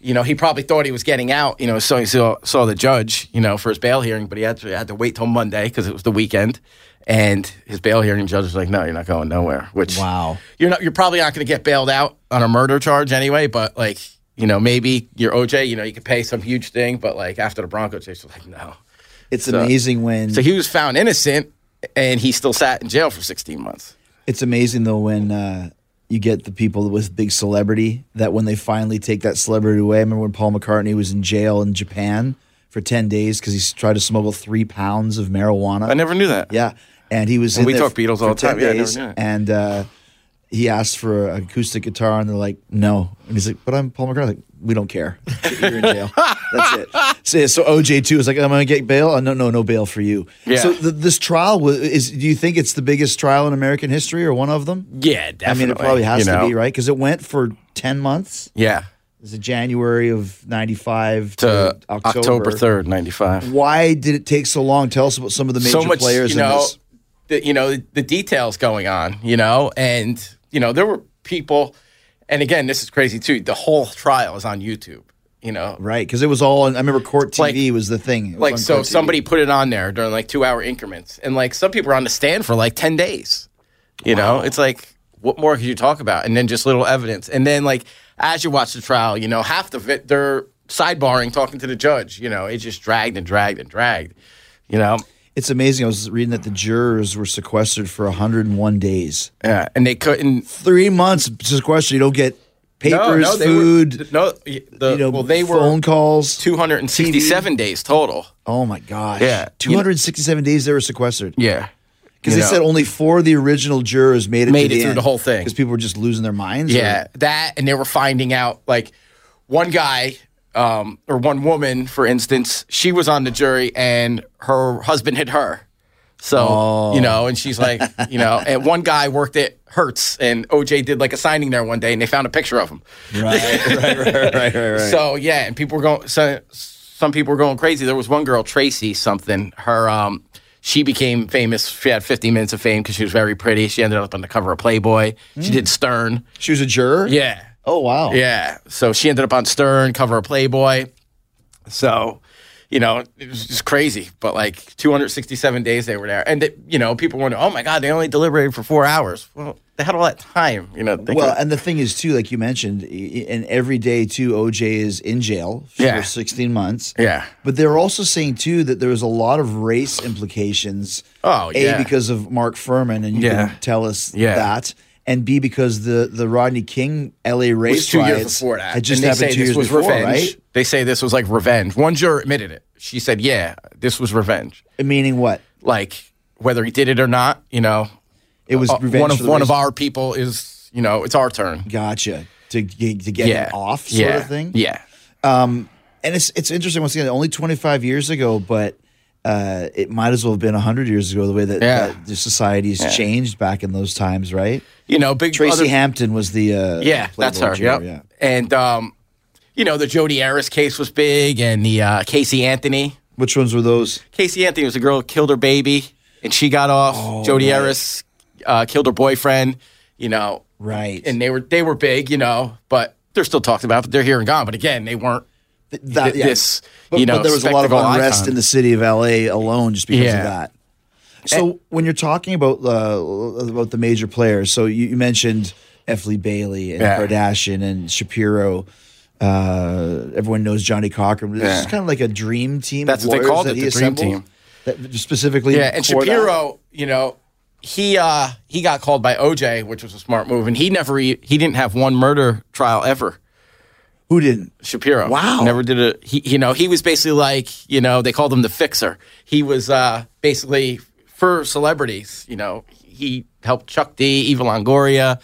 S6: you know, he probably thought he was getting out. You know, so he saw, saw the judge, you know, for his bail hearing, but he had to had to wait till Monday because it was the weekend. And his bail hearing judge was like, "No, you're not going nowhere." Which
S4: Wow.
S6: you're not. You're probably not going to get bailed out on a murder charge anyway. But like, you know, maybe your OJ, you know, you could pay some huge thing. But like after the Bronco chase, was like, no.
S4: It's
S6: uh,
S4: amazing when
S6: So he was found innocent, and he still sat in jail for 16 months.
S4: It's amazing though when uh, you get the people with big celebrity that when they finally take that celebrity away. I remember when Paul McCartney was in jail in Japan for ten days because he s- tried to smuggle three pounds of marijuana.
S6: I never knew that.
S4: Yeah, and he was. in
S6: we
S4: there
S6: talk
S4: for-
S6: Beatles
S4: for
S6: all the
S4: 10
S6: time. Yeah, I never
S4: days,
S6: knew that.
S4: and uh, he asked for an acoustic guitar, and they're like, "No," and he's like, "But I'm Paul McCartney." Like, we don't care. You're in jail. That's it. So, yeah, so OJ too is like, "I'm gonna get bail." Oh, no, no, no bail for you.
S6: Yeah.
S4: So th- this trial was. Is do you think it's the biggest trial in American history or one of them?
S6: Yeah, definitely.
S4: I mean, it probably has
S6: you
S4: to
S6: know?
S4: be right because it went for ten months.
S6: Yeah.
S4: Is it January of '95
S6: to October third, ninety five.
S4: Why did it take so long? Tell us about some of the major
S6: So much,
S4: players
S6: you know,
S4: in this.
S6: the, you know the details going on, you know, and you know there were people, and again, this is crazy too. The whole trial is on YouTube, you know,
S4: Right, because it was all. on- I remember court TV
S6: Like-
S4: was the thing. It was
S6: like
S4: on
S6: so
S4: court TV.
S6: somebody put it on there during like two hour increments, and like some people were on the stand for like ten days, you know. It's like what more could you talk about? And then just little evidence, and then like as you watch the trial, you know, half the it they're sidebarring, talking to the judge, you know, it just dragged and dragged and dragged, you know.
S4: It's amazing. I was reading that the jurors were sequestered for 101 days.
S6: Yeah, and they couldn't
S4: Three months sequestered. You don't get papers,
S6: they
S4: food.
S6: Were, no, y- the,
S4: you know,
S6: well, they
S4: phone
S6: were
S4: calls.
S6: 267 days total.
S4: oh my gosh!
S6: Yeah.
S4: 267 days they were sequestered.
S6: Yeah,
S4: Because
S6: You
S4: they
S6: know.
S4: said only four of the original jurors made it
S6: Made
S4: to
S6: it through the whole thing.
S4: because people were just losing their minds. or-
S6: yeah, that, and they were finding out like one guy um, or one woman, for instance, she was on the jury and her husband hit her. So you know, and she's like,
S4: Oh.
S6: you know, and one guy worked at Hertz, and OJ did like a signing there one day, and they found a picture of him.
S4: right, right, right, right, right, right.
S6: So yeah, and people were going. So, some people were going crazy. There was one girl, Tracy something. Her um, she became famous. She had 50 minutes of fame because she was very pretty. She ended up on the cover of Playboy.
S4: Hmm.
S6: She did Stern.
S4: she was a juror.
S6: Yeah,
S4: Oh wow.
S6: yeah. So she ended up on Stern, cover of Playboy. So. You know, it was just crazy, but like 267 days they were there. And, they, you know, people wonder, oh my God, they only deliberated for four hours. Well, they had all that time, you know. they
S4: Well,
S6: could-
S4: and the thing is too, like you mentioned, i- i- and every day too, OJ is in jail for
S6: Yeah.
S4: 16 months.
S6: yeah.
S4: But they're also saying too that there was a lot of race implications.
S6: Oh, yeah.
S4: A because of Mark Furman, and you
S6: Yeah.
S4: can tell us
S6: Yeah.
S4: that. And B because the the Rodney King L.A. race
S6: was two years
S4: riots
S6: before that.
S4: had just
S6: And they
S4: happened
S6: say
S4: two
S6: this
S4: years
S6: was
S4: before,
S6: revenge.
S4: right?
S6: They say this was like revenge. One juror admitted it. She said, "Yeah, this was revenge.
S4: Uh, Meaning what?
S6: Like whether he did it or not, you know,
S4: It was
S6: uh,
S4: revenge
S6: one of
S4: for the
S6: one
S4: race-
S6: of our people is, you know, it's our turn.
S4: Gotcha. To get, to get
S6: Yeah,
S4: it off, sort
S6: yeah.
S4: of thing.
S6: Yeah,
S4: and it's it's interesting once again only 25 years ago but uh, it might as well have been 100 years ago the way that,
S6: Yeah.
S4: that the society has changed back in those times right
S6: you know, big
S4: tracy
S6: other-
S4: hampton was the uh,
S6: Yeah, that's
S4: Playboy
S6: her.
S4: juror,
S6: Yep. And um, you know, the Jody Arias case was big, and the uh, Casey Anthony.
S4: which ones were those
S6: Casey Anthony was the girl who killed her baby, and she got off.
S4: Oh,
S6: Jody Arias uh, killed her boyfriend. You know,
S4: right
S6: and they were they were big, you know, but they're still talked about, but they're here and gone. But again, they weren't
S4: Th- that,
S6: th- this,
S4: Uh, but,
S6: you
S4: but
S6: know,
S4: there was a lot of
S6: spectacle
S4: unrest
S6: icon.
S4: in the city of la alone just because
S6: Yeah.
S4: of that so when you're talking about uh, about the major players so you, you mentioned F. Lee Bailey and
S6: Yeah.
S4: Kardashian and Shapiro uh, everyone knows Johnny Cochran. This is
S6: Yeah.
S4: kind of like a dream team.
S6: That's
S4: of
S6: what they
S4: lawyers
S6: called
S4: that
S6: it,
S4: he
S6: the dream
S4: assembled
S6: team.
S4: That specifically,
S6: yeah. And
S4: for that.
S6: Shapiro, you know, he uh he got called by OJ, which was a smart move, and he never e- he didn't have one murder trial ever.
S4: who didn't?
S6: Shapiro,
S4: Wow.
S6: never did a he. You know, he was basically like you know they called him the fixer. He was uh basically for celebrities. You know, he helped Chuck D, Eva Longoria,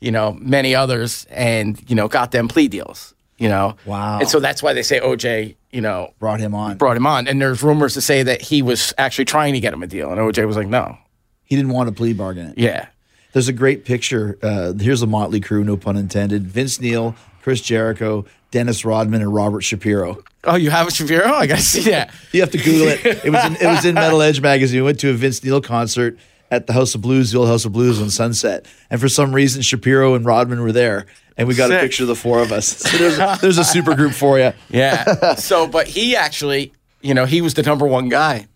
S6: you know, many others, and you know got them plea deals. You know,
S4: Wow.
S6: And so that's why they say OJ, you know,
S4: Brought him on.
S6: brought him on. And there's rumors to say that he was actually trying to get him a deal, and OJ was like, no,
S4: He didn't want to plea bargain it.
S6: yeah,
S4: There's a great picture. Uh, here's a motley crew, no pun intended. Vince Neil, Chris Jericho, Dennis Rodman, and Robert Shapiro.
S6: Oh, you have a Shapiro? I gotta see that.
S4: You have to Google it. It was in, it was in Metal Edge magazine. We went to a Vince Neil concert at the House of Blues, the old House of Blues on Sunset, and for some reason Shapiro and Rodman were there, and we got a
S6: Sick.
S4: picture of the four of us. So there's, a- there's a super group for you.
S6: Yeah. so, but he actually, you know, he was the number one guy,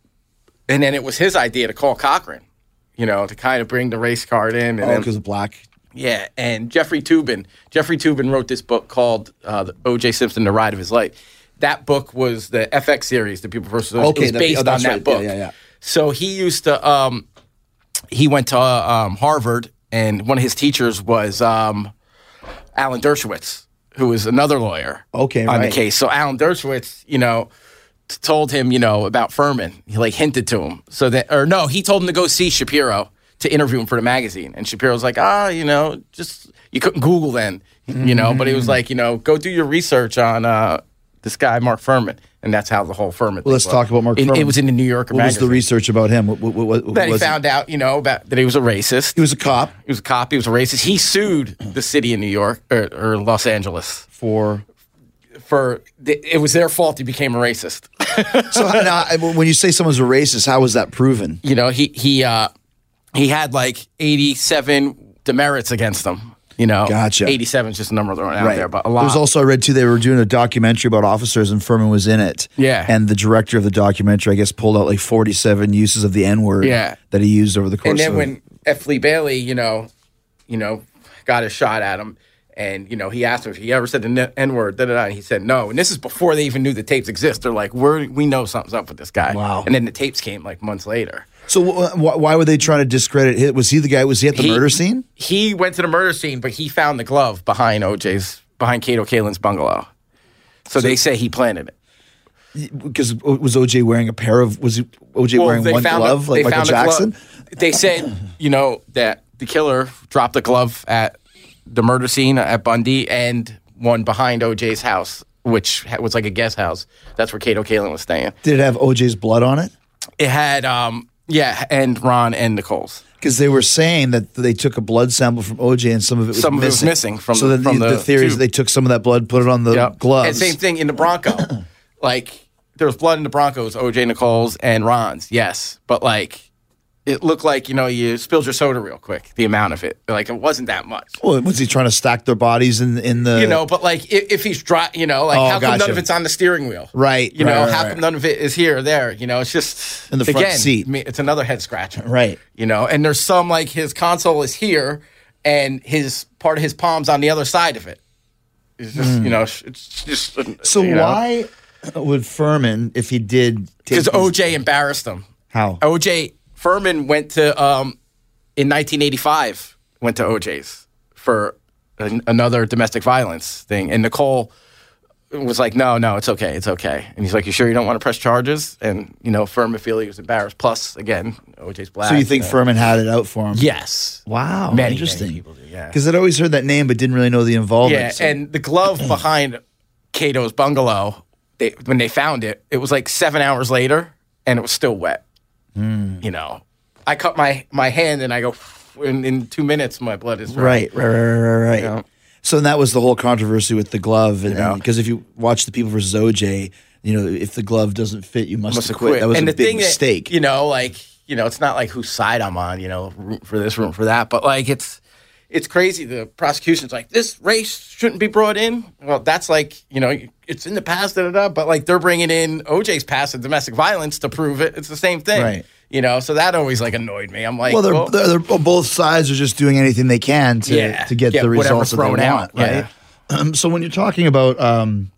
S6: and then it was his idea to call Cochran, you know, to kind of bring the race card in, and then-
S4: because Oh, black.
S6: Yeah, and Jeffrey Tubin. Jeffrey Tubin wrote this book called uh, the O.J. Simpson: The Ride of His Life. That book was the FX series, The People vs.
S4: Okay,
S6: it was
S4: the-
S6: based
S4: oh,
S6: on
S4: that's
S6: that
S4: right. Yeah,
S6: book.
S4: yeah, yeah.
S6: So he used to. Um, he went to uh, um, Harvard, and one of his teachers was um, Alan Dershowitz, who was another lawyer.
S4: Okay,
S6: on
S4: right.
S6: the case. So Alan Dershowitz, you know, t- told him, you know, about Furman. He like hinted to him. So that, or no, he told him to go see Shapiro to interview him for the magazine. And Shapiro's like, ah, you know, just you couldn't Google then, you know. But he
S4: Mm-hmm.
S6: was like, you know, go do your research on uh, this guy Mark Furman, and that's how the whole Furman.
S4: Well, let's
S6: thing was.
S4: talk about Mark.
S6: It, it
S4: Furman.
S6: was in the New Yorker.
S4: What was the
S6: magazine.
S4: research about him? What, what, what, what
S6: That he
S4: was it?
S6: found out, you know, about that he was a racist.
S4: He was a cop
S6: He was a cop. He was a racist. He sued the city of New York or, or Los Angeles
S4: for.
S6: for th- it was their fault he became a racist.
S4: So now, I- when you say someone's a racist, how was that proven?
S6: you know, he he uh he had like 87 demerits against him. You know,
S4: Gotcha.
S6: 87 is just a number thrown out there, but a lot.
S4: There was also I read too they were doing a documentary about officers and Furman was in it.
S6: Yeah.
S4: And the director of the documentary, I guess, pulled out like forty seven uses of the N word
S6: Yeah.
S4: that he used over the course
S6: and then
S4: of
S6: when F. Lee Bailey, you know, you know, got a shot at him, and you know, he asked him if he ever said the N word. Da da da. And he said no. And this is before they even knew the tapes exist. They're like, we're we know something's up with this guy.
S4: Wow.
S6: And then the tapes came like months later.
S4: So wh- wh- why were they trying to discredit him? Was he the guy was he at the
S6: He-
S4: murder scene?
S6: He went to the murder scene, but he found the glove behind OJ's behind Cato Kalin's bungalow. so they say he planted it.
S4: Because was OJ wearing a pair of was he, OJ wearing
S6: they
S4: one
S6: found
S4: glove
S6: a-
S4: like
S6: they
S4: Michael
S6: found a glove.
S4: Jackson?
S6: They said, you know, that the killer dropped a glove at the murder scene at Bundy and one behind OJ's house, which ha- was like a guest house. That's where Kato Kalin was staying.
S4: Did it have OJ's blood on it?
S6: It had, um, yeah, and Ron and Nicole's.
S4: Because they were saying that they took a blood sample from OJ and some of it was
S6: Some of it
S4: missing.
S6: was missing from-
S4: so then
S6: from
S4: the,
S6: the
S4: theory is
S6: tube.
S4: they took some of that blood, put it on the gloves.
S6: And same thing in the Bronco. like, there was blood in the Broncos, OJ Nicole's and Ron's, yes. But like, it looked like, you know, you spilled your soda real quick, the amount of it. Like, it wasn't that much.
S4: Well, was he trying to stack their bodies in in the
S6: you know, but like if, if he's dry, you know, like
S4: Oh,
S6: how come none
S4: gotcha.
S6: of it's on the steering wheel?
S4: Right,
S6: You
S4: right,
S6: know,
S4: right,
S6: how
S4: right.
S6: come none of it is here or there? You know, it's just
S4: In the front
S6: again,
S4: seat.
S6: I mean, it's another head scratcher.
S4: Right.
S6: You know, and there's some like his console is here and his part of his palm's on the other side of it. It's
S4: Hmm.
S6: just, you know, sh- it's just.
S4: So why would Furman, if he did, take
S6: Because
S4: these-
S6: OJ embarrassed him.
S4: how?
S6: OJ Furman went to um, in 1985 went to OJ's for an, another domestic violence thing, and Nicole was like, "No, no, it's okay, it's okay." And he's like, "You sure you don't want to press charges?" And you know, Furman feeling he was embarrassed. Plus, again, OJ's black.
S4: So you think
S6: uh,
S4: Furman had it out for him?
S6: Yes.
S4: Wow.
S6: Many,
S4: interesting.
S6: many people do, yeah.
S4: Because I'd always heard that name, but didn't really know the involvement.
S6: Yeah,
S4: so-
S6: and the glove behind Cato's bungalow, they, when they found it, it was like seven hours later, and it was still wet. You know, I cut my my hand, and I go, in, in two minutes, my blood is
S4: right, right, right, right, right, right.
S6: Yeah.
S4: So that was the whole controversy with the glove, and because if you watch the People versus OJ, you know if the glove doesn't fit, you must,
S6: Must
S4: have
S6: have
S4: quit.
S6: quit.
S4: That was
S6: and
S4: a
S6: the
S4: big
S6: thing that,
S4: mistake.
S6: you know, like you know, it's not like whose side I'm on. You know, room for this, room for that. But like, it's it's crazy. The prosecution's like, this race shouldn't be brought in. Well, that's like you know, it's in the past. Da, da, da, but like, they're bringing in OJ's past of domestic violence to prove it. It's the same thing.
S4: Right.
S6: You know, so that always like annoyed me. I'm like,
S4: well, they're, they're, they're- both sides are just doing anything they can to,
S6: Yeah,
S4: to get
S6: get
S4: the
S6: whatever
S4: results that they
S6: thrown
S4: want,
S6: out,
S4: right? Um, so when you're talking about um,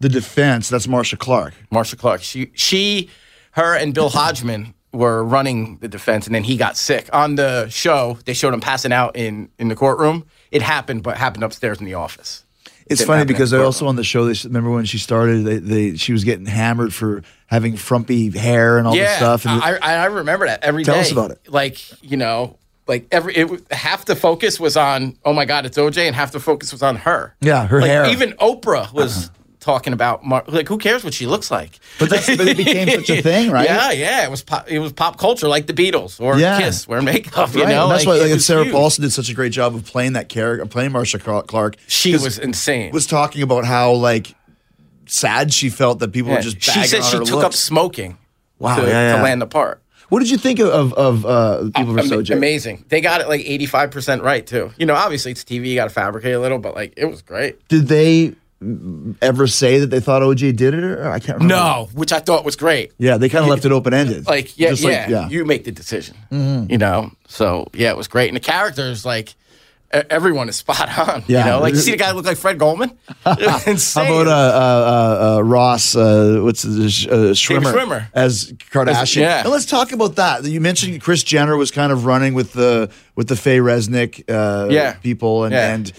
S4: the defense, that's Marsha Clark.
S6: Marsha Clark. She, she, her, and Bill Hodgman were running the defense, and then he got sick. On the show, they showed him passing out in in the courtroom. It happened, but happened upstairs in the office.
S4: It's
S6: Didn't
S4: funny
S6: happen in
S4: because
S6: the
S4: they're
S6: courtroom.
S4: also on the show. They s- remember when she started, they, they she was getting hammered for having frumpy hair and all this
S6: yeah,
S4: stuff. And
S6: I, I I remember that every day.
S4: Tell us about it.
S6: Like you know, like every it, w- half the focus was on oh my god, it's OJ, and half the focus was on her.
S4: Yeah, her
S6: Like,
S4: hair.
S6: Even Oprah was talking about Mar- like who cares what she looks like.
S4: But that's- but it became such a thing, right?
S6: Yeah, yeah. It was pop, it was pop culture, like the Beatles or
S4: Yeah.
S6: Kiss, wear makeup. You
S4: Right,
S6: know,
S4: and that's why
S6: it
S4: like, and
S6: was
S4: Sarah
S6: huge.
S4: Paulson did such a great job of playing that character, playing Marsha Car- Clark.
S6: She
S4: 'cause
S6: was insane.
S4: was talking about how like sad she felt that people
S6: Yeah.
S4: were just.
S6: she
S4: bagging
S6: said
S4: on
S6: she
S4: her
S6: took up
S4: looks.
S6: smoking.
S4: Wow,
S6: to,
S4: yeah,
S6: to
S4: yeah.
S6: land the part.
S4: What did you think of of uh, people
S6: Ama-
S4: versus OJ?
S6: Amazing. They got it like 85% right, too. You know, obviously it's TV, you got to fabricate a little, but like it was great.
S4: Did they mm, ever say that they thought OJ did it? Or I can't remember.
S6: No, which I thought was great.
S4: Yeah, they kind of left it open ended.
S6: Like, yeah, yeah, you make the decision,
S4: Mm-hmm.
S6: you know? So, yeah, it was great. And the characters, like, e- everyone is spot on.
S4: Yeah.
S6: You know, like, you see the guy look like Fred Goldman?
S4: How
S6: Insane.
S4: about uh, uh, uh, uh, Ross? Uh, what's his, uh, Schwimmer,
S6: Schwimmer.
S4: as Kardashian?
S6: yeah.
S4: And let's talk about that. You mentioned Chris Jenner was kind of running with the with the Faye Resnick uh,
S6: Yeah.
S4: people, and,
S6: Yeah.
S4: and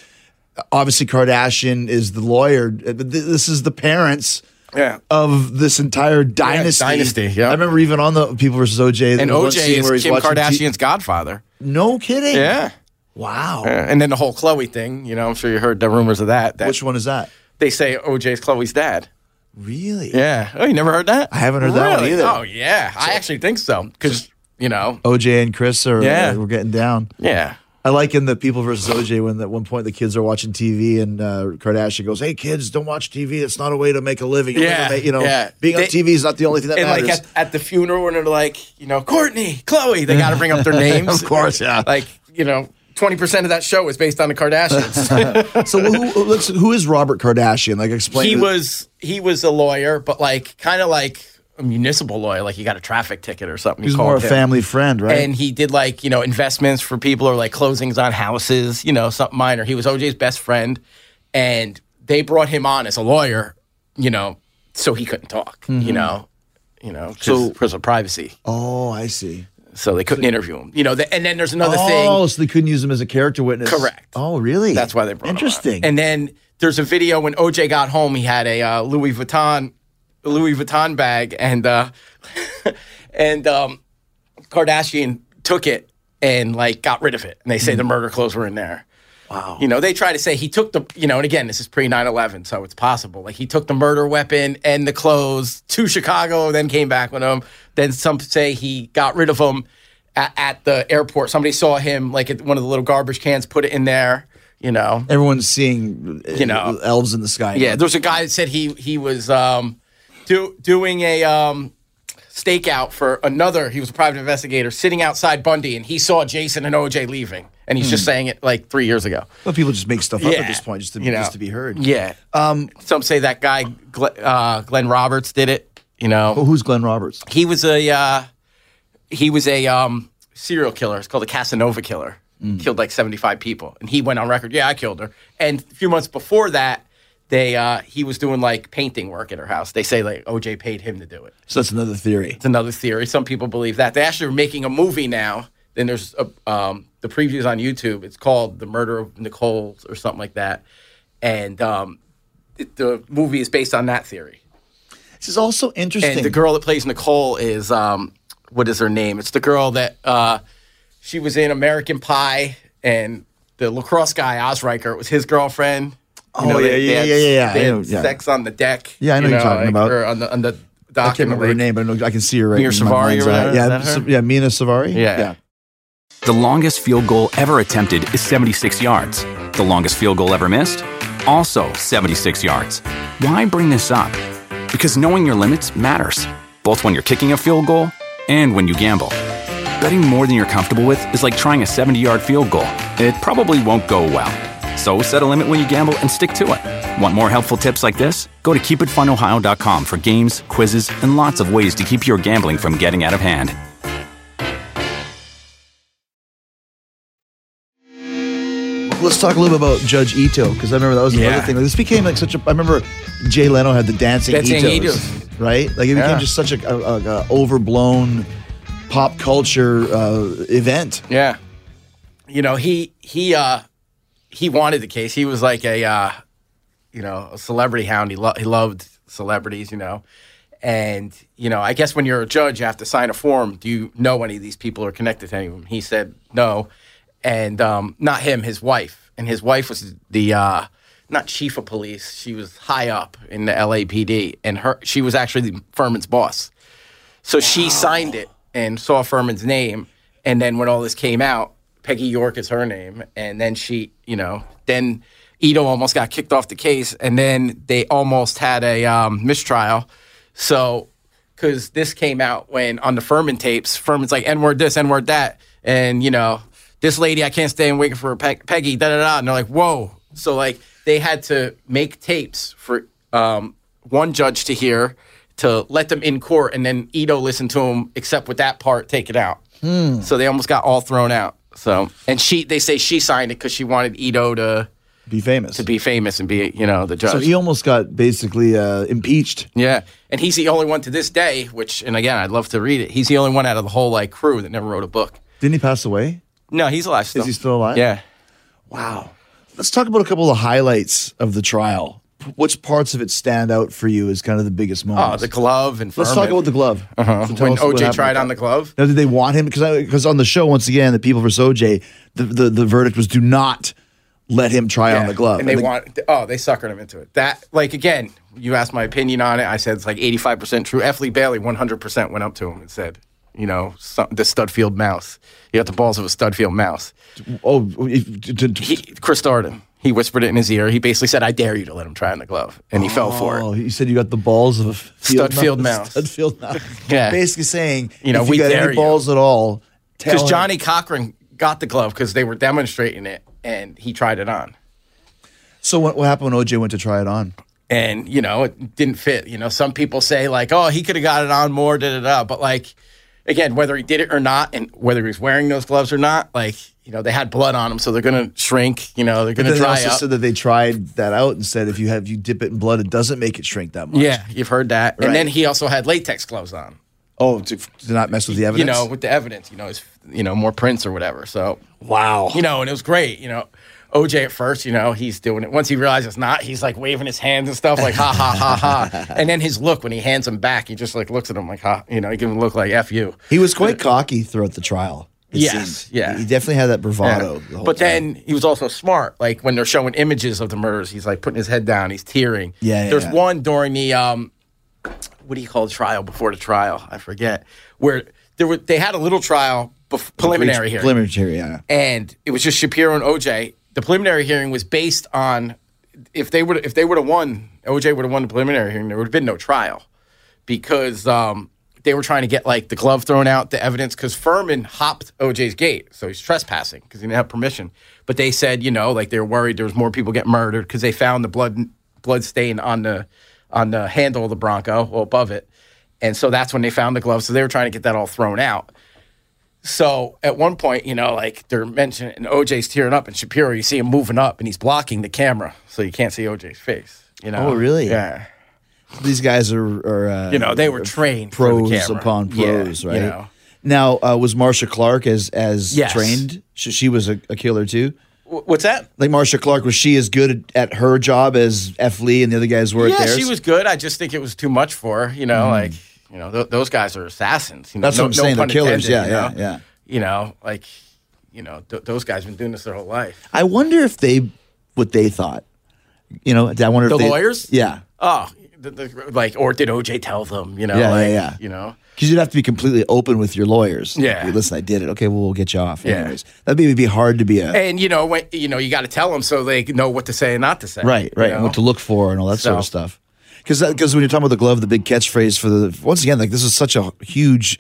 S4: obviously Kardashian is the lawyer. Uh, but th- This is the parents.
S6: Yeah.
S4: Of this entire dynasty,
S6: dynasty, yeah.
S4: I remember even on the People versus OJ,
S6: And
S4: the one
S6: OJ
S4: scene where he's
S6: is Kim
S4: watching
S6: Kardashian's
S4: G-
S6: godfather.
S4: no kidding.
S6: Yeah.
S4: Wow.
S6: Yeah. And then the whole Chloe thing, you know, I'm sure you heard the rumors of that. that
S4: Which one is that?
S6: They say OJ's Chloe's dad.
S4: Really?
S6: Yeah. Oh, you never heard that?
S4: I haven't heard that one
S6: Really?
S4: either.
S6: Oh, yeah. I actually think so. Because, you know,
S4: OJ and Chris are
S6: Yeah.
S4: uh, we're getting down.
S6: yeah.
S4: I like in the People versus OJ when at one point the kids are watching TV and uh, Kardashian goes, "Hey kids, don't watch TV. It's not a way to make a living. You'll
S6: Yeah,
S4: never make- you know,
S6: yeah.
S4: being on
S6: They-
S4: TV is not the only thing that
S6: And,
S4: matters."
S6: like, at, at the funeral, when they're like, you know, Courtney, Chloe, they got to bring up their names.
S4: Of course, yeah.
S6: Like, you know, 20% of that show is based on the Kardashians.
S4: so who, let's, who is Robert Kardashian? Like explain.
S6: he was he was a lawyer, but like kind of like a municipal lawyer, like he got a traffic ticket or something.
S4: He's
S6: He called
S4: more a
S6: him.
S4: family friend, right?
S6: And he did like, you know, investments for people or like closings on houses, you know, something minor. He was OJ's best friend. And they brought him on as a lawyer, you know, so he couldn't talk, you know, you know, so, because of privacy.
S4: oh, I see.
S6: So they couldn't interview him, you know. The, and then there's another
S4: Oh,
S6: thing.
S4: so they couldn't use him as a character witness.
S6: Correct.
S4: Oh, really?
S6: That's why they brought
S4: Interesting.
S6: him on. And then there's a video when OJ got home, he had a uh, Louis Vuitton, Louis Vuitton bag. And, uh, and, um, Kardashian took it and like got rid of it. And they say the
S4: Mm-hmm.
S6: murder clothes were in there. Wow. You know, they try to say he took the, you know, and again, this is pre 9 11, so it's possible. Like he took the murder weapon and the clothes to Chicago, then came back with them. Then some say he got rid of them at, at the airport. Somebody saw him like at one of the little garbage cans, put it in there, you know.
S4: Everyone's seeing, uh,
S6: You know.
S4: elves in the sky.
S6: Yeah, there was a guy that said he he was um, do, doing a um, stakeout for another. He was a private investigator sitting outside Bundy, and he saw Jason and OJ leaving, and he's just saying it like three years ago.
S4: But people just make stuff up at this point just to,
S6: you know.
S4: just to be heard.
S6: Yeah.
S4: Um,
S6: Some say that guy Gle- uh, Glenn Roberts did it. You
S4: but
S6: know,
S4: who's Glenn Roberts?
S6: he was a uh, he was a um, serial killer. It's called a Casanova killer. Killed like seventy five people, and he went on record. Yeah, I killed her. And a few months before that. They uh, he was doing like painting work at her house. They say like OJ paid him to do it.
S4: So that's another theory.
S6: It's another theory. Some people believe that. They actually are making a movie now. Then there's a, um, the previews on YouTube. It's called The Murder of Nicole or something like that. And um, it- the movie is based on that theory.
S4: This is also interesting.
S6: And the girl that plays Nicole is um, what is her name? It's the girl that uh, she was in American Pie and the lacrosse guy Osriker was his girlfriend. You
S4: Oh, yeah, yeah,
S6: had-
S4: yeah, yeah, yeah.
S6: They
S4: I
S6: had
S4: know, yeah.
S6: sex on the deck.
S4: Yeah, I know you're talking about.
S6: Or on the on the dock.
S4: I can't
S6: in the
S4: remember her
S6: lake.
S4: name, but I, know, I can see her right
S6: Mina
S4: in my
S6: Savari
S4: mind's
S6: or
S4: eye.
S6: whatever, is
S4: Yeah,
S6: that
S4: Sa-
S6: her?
S4: yeah, Mina Savari.
S6: Yeah.
S1: The longest field goal ever attempted is 76 yards. The longest field goal ever missed? Also 76 yards. Why bring this up? Because knowing your limits matters, both when you're kicking a field goal and when you gamble. Betting more than you're comfortable with is like trying a 70 yard field goal, it probably won't go well. So set a limit when you gamble and stick to it. Want more helpful tips like this? Go to keepitfunohio.com for games, quizzes, and lots of ways to keep your gambling from getting out of hand.
S4: Let's talk a little bit about Judge Ito because I remember that was another
S6: Yeah.
S4: thing. Like, this became like such a. I remember Jay Leno had the dancing
S6: Dancing
S4: Itos,
S6: Itos.
S4: right? Like it became
S6: Yeah.
S4: just such a, a, a, a overblown pop culture uh, event.
S6: Yeah. You know, he he uh he wanted the case. He was like a uh you know, a celebrity hound. He lo- he loved celebrities, you know. And, you know, I guess when you're a judge, you have to sign a form. Do you know any of these people or connected to any of them? He said no. And um not him, his wife. And his wife was the uh not chief of police. She was high up in the LAPD, and her she was actually Furman's boss. So she signed it and saw Furman's name, and then when all this came out, Peggy York is her name, and then she, you know, then Ito almost got kicked off the case, and then they almost had a um, mistrial. So because this came out when on the Furman tapes, Furman's like N word this, N word that, and you know this lady I can't stand waiting for Pe- Peggy, da da da, and they're like whoa. So like they had to make tapes for um, one judge to hear to let them in court, and then Ito listened to them except with that part, take it out.
S4: Hmm.
S6: So they almost got all thrown out. So and she they say she signed it because she wanted Ito to
S4: Be famous.
S6: to be famous and be you know the judge.
S4: so he almost got basically uh, impeached.
S6: Yeah, and he's the only one to this day. Which, and again, I'd love to read it. He's the only one out of the whole like crew that never wrote a book.
S4: Didn't he pass away?
S6: No, he's alive. Still.
S4: he still alive?
S6: Yeah.
S4: Wow. Let's talk about a couple of highlights of the trial. P- Which parts of it stand out for you as kind of the biggest
S6: Oh,
S4: moments?
S6: the glove and.
S4: Let's talk
S6: Furman.
S4: about the glove.
S6: Uh-huh.
S4: So tell
S6: when
S4: us what
S6: OJ
S4: happened
S6: tried
S4: with
S6: on
S4: that.
S6: the glove.
S4: Now, did they want him? Because because on the show once again, the people versus OJ, the the, the verdict was do not let him try on
S6: Yeah,
S4: the glove.
S6: And they
S4: the-
S6: want oh, they suckered him into it. That like again, you asked my opinion on it. I said it's like eighty five percent true. F. Lee Bailey one hundred percent went up to him and said, you know, some, the Studfield mouse. You got the balls of a Studfield mouse.
S4: oh if- to- to-
S6: He, Chris Darden. He whispered it in his ear. He basically said, "I dare you to let him try on the glove," and he fell for it.
S4: oh, you said you got the balls of a field
S6: Studfield mouse.
S4: Studfield mouse.
S6: Yeah.
S4: basically saying
S6: You know,
S4: if
S6: we
S4: you got
S6: dare
S4: any
S6: you.
S4: balls at all, tell
S6: because
S4: him-
S6: Johnny Cochran got the glove because they were demonstrating it and he tried it on.
S4: So what, what happened when OJ went to try it on?
S6: And, you know, it didn't fit. You know, some people say, like, oh, he could have got it on more, da da da. But, like, again, whether he did it or not and whether he was wearing those gloves or not, like, you know, they had blood on them, so they're going to shrink, you know, they're going to
S4: Then they
S6: dry
S4: also
S6: up.
S4: said that they tried that out and said if you have you dip it in blood, it doesn't make it shrink that much.
S6: yeah, you've heard that.
S4: Right.
S6: And then he also had latex gloves on,
S4: Oh, to, to not mess with the
S6: you
S4: evidence.
S6: know, with the evidence, you know, his, you know, more prints or whatever. So,
S4: wow.
S6: you know, and it was great. You know, OJ at first, you know, he's doing it. Once he realizes it's not, he's like waving his hands and stuff, like ha ha ha ha. And then his look when he hands him back, he just like looks at him like ha, you know, he gives him a look like f you.
S4: He was quite cocky throughout the trial. it
S6: Yes,
S4: seemed.
S6: yeah.
S4: He definitely had that
S6: Yeah.
S4: bravado. The whole
S6: But
S4: time.
S6: then he was also smart. Like when they're showing images of the murders, he's like putting his head down, he's tearing.
S4: Yeah, yeah,
S6: There's
S4: yeah.
S6: one during the um, what do you call the trial before the trial? I forget. Where there were they had a little trial bef- preliminary here.
S4: preliminary, yeah.
S6: and it was just Shapiro and OJ. The preliminary hearing was based on if they would if they would have won, OJ would have won the preliminary hearing. There would have been no trial because um, they were trying to get like the glove thrown out, the evidence. Because Furman hopped OJ's gate, so he's trespassing because he didn't have permission. But they said, you know, like they were worried there was more people getting murdered because they found the blood blood stain on the on the handle of the Bronco, well above it, and so that's when they found the glove. So they were trying to get that all thrown out. So at one point, you know, like they're mentioning, and OJ's tearing up, and Shapiro, you see him moving up, and he's blocking the camera, so you can't see OJ's face. You know?
S4: Oh, really?
S6: Yeah.
S4: These guys are, are uh,
S6: You know, they were trained for the
S4: pros
S6: camera.
S4: upon
S6: Yeah,
S4: pros,
S6: you
S4: right?
S6: know.
S4: Now, uh, was Marsha Clark as as
S6: Yes.
S4: trained? She, she was a, a killer too.
S6: Wh- What's that?
S4: Like Marsha Clark, was she as good at, at her job as F. Lee and the other guys were at
S6: Yeah,
S4: theirs? Hmm.
S6: she was good. I just think it was too much for her. You know, like you know, th- those guys are assassins. You know,
S4: That's
S6: no,
S4: what I'm saying.
S6: No
S4: They're
S6: pun
S4: killers.
S6: intended,
S4: Yeah,
S6: you
S4: yeah,
S6: know?
S4: yeah.
S6: You know, like you know, th- those guys been doing this their whole life.
S4: I wonder if they what they thought. You know, I wonder
S6: The
S4: if they,
S6: lawyers?
S4: Yeah,
S6: Oh, th- th- like or did OJ tell them? You know,
S4: Yeah, yeah,
S6: like,
S4: yeah.
S6: You know,
S4: because you'd have to be completely open with your lawyers.
S6: Yeah.
S4: Hey, listen, I did it. Okay, well, we'll get you off.
S6: Yeah.
S4: Anyways, that'd be, be hard to be a
S6: and you know when you know you got to tell them so they know what to say and not to say.
S4: right,
S6: you
S4: right,
S6: know?
S4: and what to look for and all that sort of
S6: So-
S4: stuff. Because because when you're talking about the glove, the big catchphrase for the once again, like this is such a huge,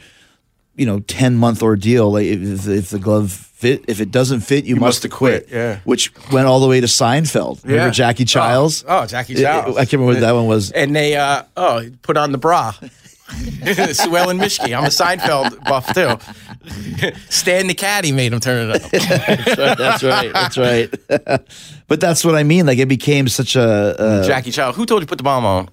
S4: you know, ten month ordeal. Like if, if the glove fit, if it doesn't fit, you, must,
S6: must
S4: acquit.
S6: acquit, yeah.
S4: which went all the way to Seinfeld. Remember
S6: Yeah.
S4: Jackie
S6: Oh,
S4: Childs?
S6: oh, Jackie
S4: I- I-
S6: Childs.
S4: I can't remember what that one was.
S6: and they uh oh put on the bra. Sue Ellen Mishke. I'm a Seinfeld buff too. Stan the caddy made him turn it up.
S4: that's right. That's right. but that's what I mean. Like it became such a. Uh,
S6: Jackie Chow. Who told you to put the bomb on?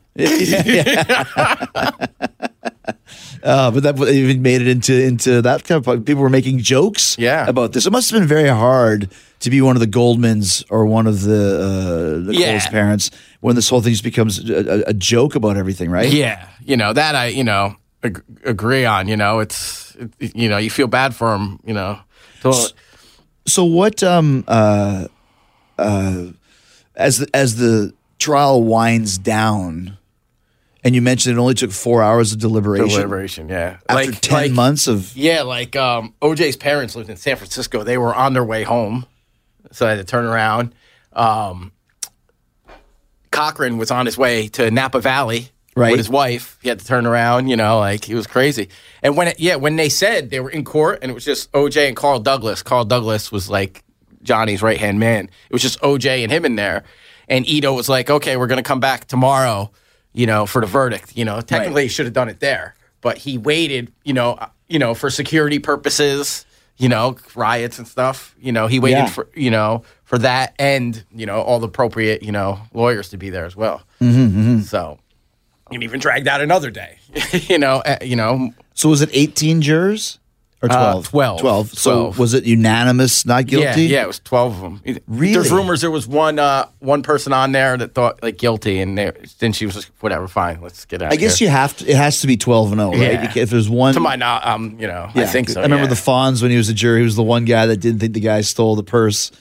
S4: uh, but that even made it into into that kind of people were making jokes.
S6: Yeah.
S4: About this, it must have been very hard to be one of the Goldmans or one of the uh, the
S6: Yeah.
S4: Cole's parents when this whole thing just becomes a, a- a joke about everything, right?
S6: Yeah, you know that I you know ag- agree on. You know it's it, you know you feel bad for him. You know. So,
S4: So what um uh uh as the, as the trial winds down, and you mentioned it only took four hours of deliberation,
S6: Deliberation, yeah.
S4: after
S6: Like-
S4: ten
S6: like-
S4: months of
S6: Yeah, like um, OJ's parents lived in San Francisco. They were on their way home, so I had to turn around. Um, Cochran was on his way to Napa Valley
S4: Right.
S6: with his wife. He had to turn around. You know, like he was crazy. And when it, yeah, when they said they were in court, and it was just OJ and Carl Douglas. Carl Douglas was like Johnny's right hand man. It was just OJ and him in there. And Ito was like, "Okay, we're gonna come back tomorrow." You know, for the verdict. You know, technically he should have done it there, but he waited. You know, uh, you know, for security purposes. You know, riots and stuff. You know, he waited
S4: Yeah.
S6: for you know, for that and, you know, all the appropriate, you know, lawyers to be there as well. So, and even dragged out another day, you know, uh, you know,
S4: so was it eighteen jurors or
S6: Uh,
S4: 12?
S6: 12.
S4: So
S6: 12.
S4: was it unanimous not guilty?
S6: yeah, yeah, it was 12 of them.
S4: Really?
S6: There's rumors there was one, uh, one person on there that thought like guilty and they, then she was just, whatever, fine, let's get out
S4: I guess you have to. It has to be twelve and zero, right?
S6: Yeah.
S4: You ca- If there's one,
S6: to my, no- um, you know, I
S4: Yeah,
S6: think so.
S4: I remember
S6: yeah.
S4: the Fonz when he was a juror. He was the one guy that didn't think the guy stole the purse.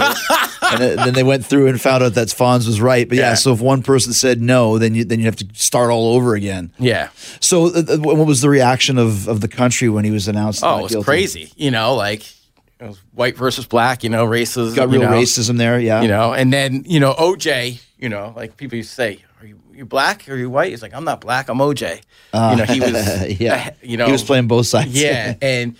S4: And, then- and then they went through and found out that Fonz was right. But yeah,
S6: Yeah.
S4: so if one person said no, then you then you have to start all over again.
S6: yeah.
S4: So uh, uh, what was the reaction of, of the country when he was announced?
S6: Oh,
S4: not
S6: it was
S4: guilty?
S6: crazy. You know, like it was white versus black, you know, races.
S4: Got
S6: you
S4: real
S6: know.
S4: racism there. Yeah.
S6: you know and then you know oj you know like people used to say are you you black are you white he's like i'm not black i'm oj you know he was
S4: yeah.
S6: you know
S4: he was playing both sides.
S6: yeah and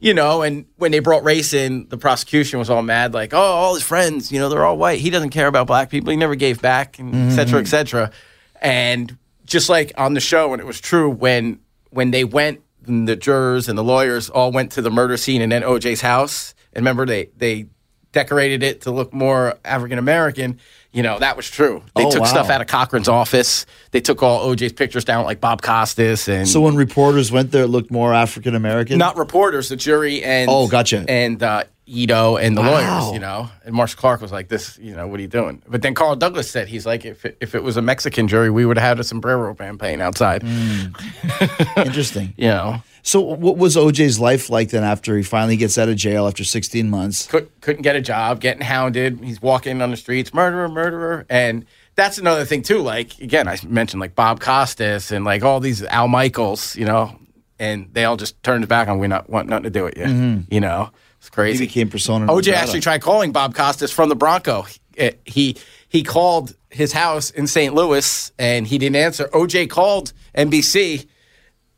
S6: you know and when they brought race in the prosecution was all mad like oh all his friends you know they're all white he doesn't care about black people he never gave back and et cetera et cetera and just like on the show and it was true when when they went and the jurors and the lawyers all went to the murder scene and then oj's house and remember they they decorated it to look more african american you know that was true they
S4: Oh,
S6: took
S4: wow.
S6: stuff out of cochran's office they took all oj's pictures down like bob costas and
S4: So when reporters went there, it looked more African American.
S6: not reporters, the jury and
S4: Oh, gotcha.
S6: and uh, Ito and the
S4: Wow.
S6: lawyers, you know. And Marshall Clark was like, "This, you know, what are you doing?" But then Carl Douglas said, "He's like, if it, if it was a Mexican jury, we would have had a sombrero campaign outside,
S4: Mm. interesting.
S6: you know."
S4: So what was OJ's life like then after he finally gets out of jail after 16 months?
S6: Could, couldn't get a job, getting hounded. He's walking on the streets, murderer, murderer, and that's another thing too. Like again, I mentioned like Bob Costas and like all these Al Michaels, you know, and they all just turned back on. We not want nothing to do with you,
S4: Mm-hmm.
S6: you know. It's
S4: He
S6: crazy.
S4: became persona. non
S6: OJ
S4: grata.
S6: actually tried calling Bob Costas from the Bronco. He- He he called his house in St. Louis and he didn't answer. OJ called NBC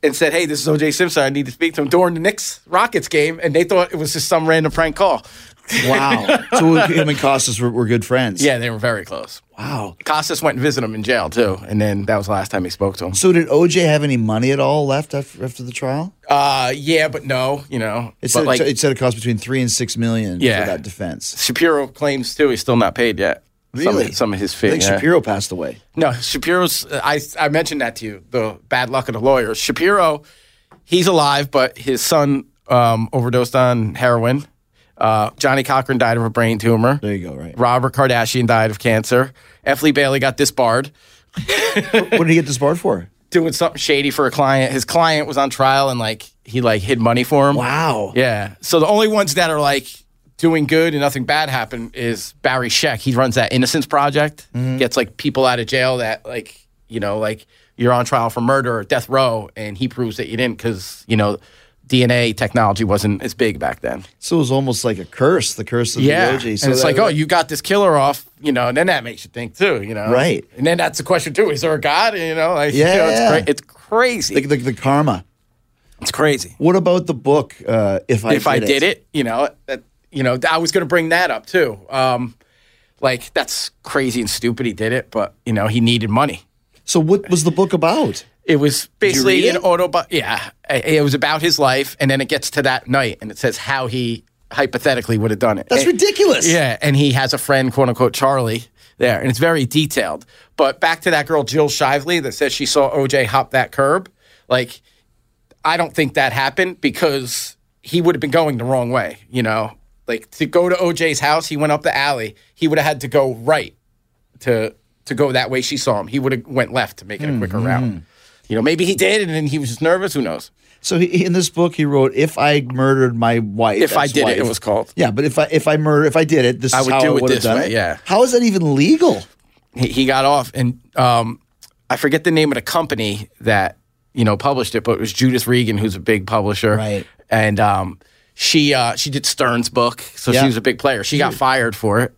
S6: and said, "Hey, this is OJ Simpson. I need to speak to him during the Knicks Rockets game." And they thought it was just some random prank call.
S4: Wow. so him and Costas were, were good friends.
S6: Yeah, they were very close.
S4: Wow.
S6: Costas went and visited him in jail too, and then that was the last time he spoke to him.
S4: So did OJ have any money at all left after, after the trial?
S6: Uh, yeah, but no, you know,
S4: It
S6: but
S4: said,
S6: like
S4: it said it cost between three and six million
S6: Yeah.
S4: for that defense.
S6: Shapiro claims too, he's still not paid yet. Some,
S4: Really?
S6: of- some of his
S4: I
S6: fees.
S4: think Shapiro passed away.
S6: No, Shapiro's. uh, I I mentioned that to you. The bad luck of the lawyers. Shapiro, he's alive, but his son um, overdosed on heroin. Uh, Johnny Cochran died of a brain tumor.
S4: There you go, right?
S6: Robert Kardashian died of cancer. F. Lee Bailey got disbarred
S4: what did he get disbarred for?
S6: doing something shady for a client. His client was on trial and like he like hid money for him.
S4: Wow.
S6: Yeah. So the only ones that are like doing good and nothing bad happened is Barry Sheck. He runs that Innocence Project.
S4: Mm-hmm.
S6: Gets like people out of jail that like you know like you're on trial for murder or death row, and he proves that you didn't because you know DNA technology wasn't as big back then.
S4: So it was almost like a curse, the curse of
S6: Yeah.
S4: the OJ. So
S6: and it's
S4: that-
S6: like, oh, you got this killer off, you know, and then that makes you think too, you know.
S4: Right.
S6: And then that's the question too: Is there a God? You know, like you
S4: Yeah,
S6: know, it's,
S4: yeah.
S6: cra- it's crazy.
S4: the, the, the karma.
S6: it's crazy.
S4: What about the book? Uh, if I
S6: if I did it, you know, that, you know, I was going to bring that up too. Um, like that's crazy and stupid. He did it, but you know, he needed money.
S4: So what was the book about?
S6: It was basically
S4: read
S6: an
S4: it?
S6: autobi Yeah, it, it was about his life, and then it gets to that night, and it says how he hypothetically would have done it.
S4: That's
S6: And-
S4: ridiculous.
S6: Eh, yeah, and he has a friend, quote unquote, Charlie there, and it's very detailed. But back to that girl, Jill Shively, that says she saw OJ hop that curb. Like, I don't think that happened because he would have been going the wrong way, you know? Like, to go to OJ's house, he went up the alley. He would have had to go right to to go that way she saw him. He would have went left to make it a quicker route. You know, maybe he did, and then he was just nervous. Who knows?
S4: So he, in this book, he wrote, "If I murdered my wife,
S6: If I did it, it
S4: ex-wife."
S6: was called.
S4: Yeah, but if I if I murder if I did it, this
S6: I
S4: is
S6: would
S4: how
S6: do
S4: I
S6: it
S4: would have
S6: this
S4: done
S6: way,
S4: it.
S6: yeah.
S4: How is that even legal?
S6: he, he got off and um, I forget the name of the company that you know published it, but it was Judith Regan, who's a big publisher,
S4: Right.
S6: And um, she uh, she did Stern's book, so
S4: Yeah.
S6: she was a big player. She got fired for it.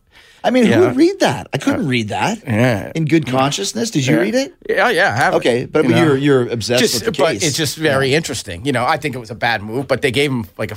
S4: I mean, who
S6: Yeah. Uh,
S4: would read that? I couldn't read that.
S6: yeah.
S4: In good consciousness, did you read it?
S6: Yeah, yeah, I have it,
S4: Okay, but,
S6: you
S4: but
S6: know.
S4: you're you're obsessed
S6: just,
S4: with the
S6: but
S4: case.
S6: it's just very interesting. You know, I think it was a bad move, but they gave him like a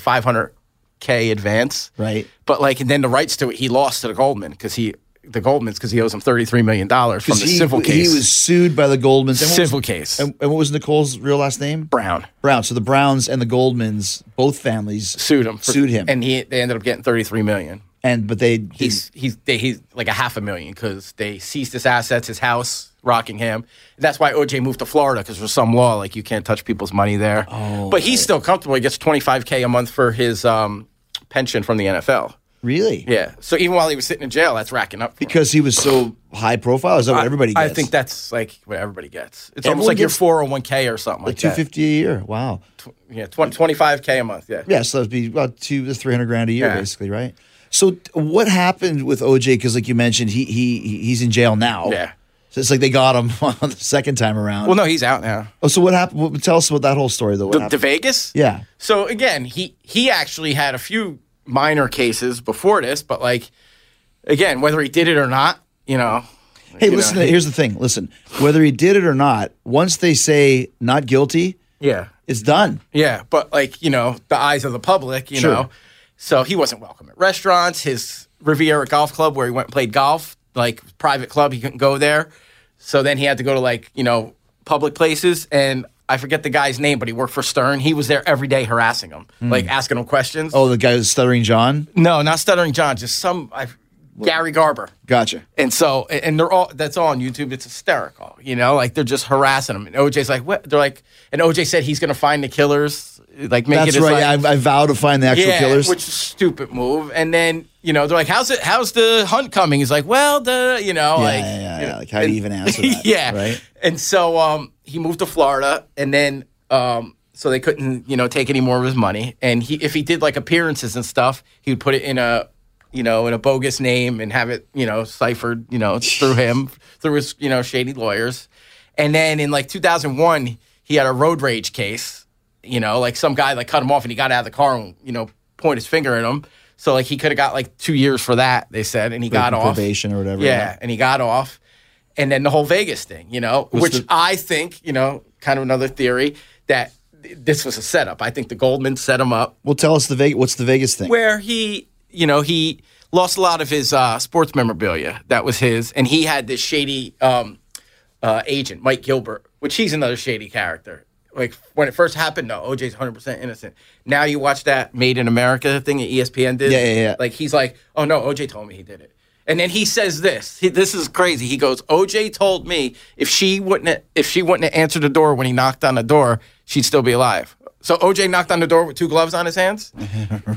S6: 500k advance,
S4: Right.
S6: But like, and then the rights to it he lost to the Goldman because he the Goldman's because he owes him 33 million dollars from
S4: because
S6: the
S4: he,
S6: civil
S4: he
S6: case.
S4: was sued by the Goldmans. And what was-
S6: civil case.
S4: And, and what was Nicole's real last name?
S6: Brown.
S4: Brown. So the Browns and the Goldmans, both families
S6: sued him. for-
S4: Sued him.
S6: and he they ended up getting thirty three million.
S4: and but they
S6: He's he's they, he's like a half a million because they seized his assets, his house, Rockingham. That's why OJ moved to Florida because there's some law like you can't touch people's money there. Oh, but he's still comfortable. He gets twenty five k a month for his um, pension from the NFL.
S4: really
S6: Yeah, so even while he was sitting in jail, that's racking up. for him.
S4: because he was so high profile. Is that what everybody?
S6: I
S4: Gets?
S6: think that's like what everybody gets. It's
S4: Everyone
S6: almost like your
S4: gets-
S6: four hundred one k or something like,
S4: like two
S6: that.
S4: fifty a year. Wow.
S6: Yeah, twenty five k a month. Yeah.
S4: Yeah, so that'd be about two to three hundred grand a year,
S6: Yeah.
S4: basically, right? So t- what happened with OJ? Because like you mentioned, he he he- he's in jail now.
S6: Yeah.
S4: So it's like they got him on the second time around.
S6: Well, no, he's out now.
S4: Oh, so what happened? What, tell us about that whole story, though. What
S6: The, the
S4: happened?
S6: Vegas.
S4: yeah.
S6: So again, he he actually had a few minor cases before this, but like again, whether he did it or not, you know.
S4: Hey,
S6: you
S4: listen.
S6: know,
S4: to- here's the thing. Listen, whether he did it or not, once they say not guilty,
S6: Yeah.
S4: it's done.
S6: Yeah, but like, you know, the eyes of the public, you
S4: Sure.
S6: know. So he wasn't welcome at restaurants, his Riviera Golf Club where he went and played golf, like private club, he couldn't go there. So then he had to go to like, you know, public places and I forget the guy's name, but he worked for Stern. He was there every day harassing him, like asking him questions.
S4: Oh, the guy was stuttering, John.
S6: Hmm. No, not stuttering John, just some I, Gary Garber.
S4: Gotcha.
S6: And so, and they're all that's all on YouTube. It's hysterical, you know. Like they're just harassing him. And OJ's like, what? They're like, and OJ said he's going to find the killers. Like, make it
S4: That's
S6: his,
S4: right.
S6: Like,
S4: I, I vow to find the actual
S6: yeah,
S4: killers.
S6: which is a stupid move. And then you know they're like, how's it? How's the hunt coming? He's like, well, the you know,
S4: yeah,
S6: like,
S4: yeah, yeah,
S6: you
S4: yeah.
S6: know,
S4: Like how do you even answer that?
S6: yeah.
S4: Right.
S6: And so um, he moved to Florida, and then um, so they couldn't, you know, take any more of his money. And he, if he did like appearances and stuff, he would put it in a, you know, in a bogus name and have it, you know, ciphered, you know, through him, through his, you know, shady lawyers. And then in like 2001, he had a road rage case. You know, like some guy like cut him off, and he got out of the car and you know, point his finger at him. So like he could have got like two years for that. They said, and he got off
S4: Probation or whatever.
S6: yeah, and he got off. And then the whole Vegas thing, you know, which
S4: the-
S6: I think, you know, kind of another theory that th- this was a setup. I think the Goldman set him up
S4: Well, tell us the Vegas. What's the Vegas thing?
S6: where he, you know, he lost a lot of his uh, sports memorabilia that was his, and he had this shady um, uh, agent, Mike Gilbert, which he's another shady character. Like when it first happened, no, OJ's 100% innocent. Now you watch that Made in America thing that E ESPN did.
S4: Yeah, yeah, yeah.
S6: Like he's like, oh no, OJ told me he did it. And then he says this. He, this is crazy. He goes, OJ told me if she wouldn't have- if she wouldn't have answered the door when he knocked on the door, she'd still be alive. So OJ knocked on the door with two gloves on his hands.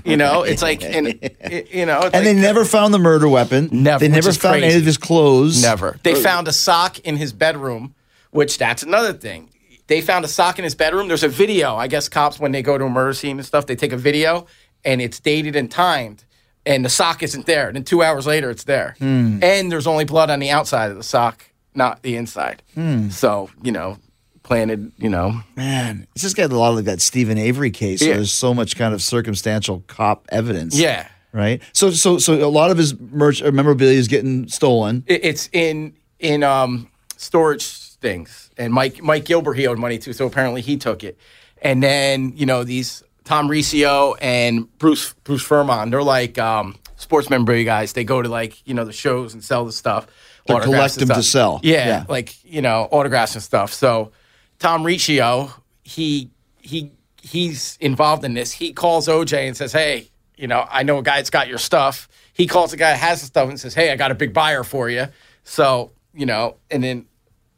S6: You know, it's like, and it- you know,
S4: and
S6: it's like-
S4: they never found the murder weapon.
S6: Never,
S4: They
S6: which
S4: never
S6: is
S4: found any
S6: crazy.
S4: of his clothes.
S6: never. They found a sock in his bedroom, which that's another thing. They found a sock in his bedroom. There's a video. I guess cops, when they go to a murder scene and stuff, they take a video and it's dated and timed, and the sock isn't there. And then two hours later, it's there.
S4: Hmm.
S6: And there's only blood on the outside of the sock, not the inside.
S4: Hmm.
S6: So, you know, planted, you know.
S4: Man, it's just got a lot of like that Stephen Avery case. So
S6: Yeah.
S4: there's so much kind of circumstantial cop evidence.
S6: Yeah.
S4: Right. So so so a lot of his merch or memorabilia is getting stolen.
S6: It- it's in in um storage things and mike mike gilbert he owed money to so apparently he took it and then you know these tom riccio and bruce bruce Furman, they're like um sports memorabilia guys they go to like you know the shows and sell the stuff
S4: To
S6: autographs
S4: collect them
S6: and
S4: to
S6: stuff.
S4: sell.
S6: yeah,
S4: Yeah.
S6: like you know autographs and stuff so tom riccio he he he's involved in this he calls oj and says hey you know i know a guy that's got your stuff he calls a guy that has the stuff and says hey i got a big buyer for you so you know and then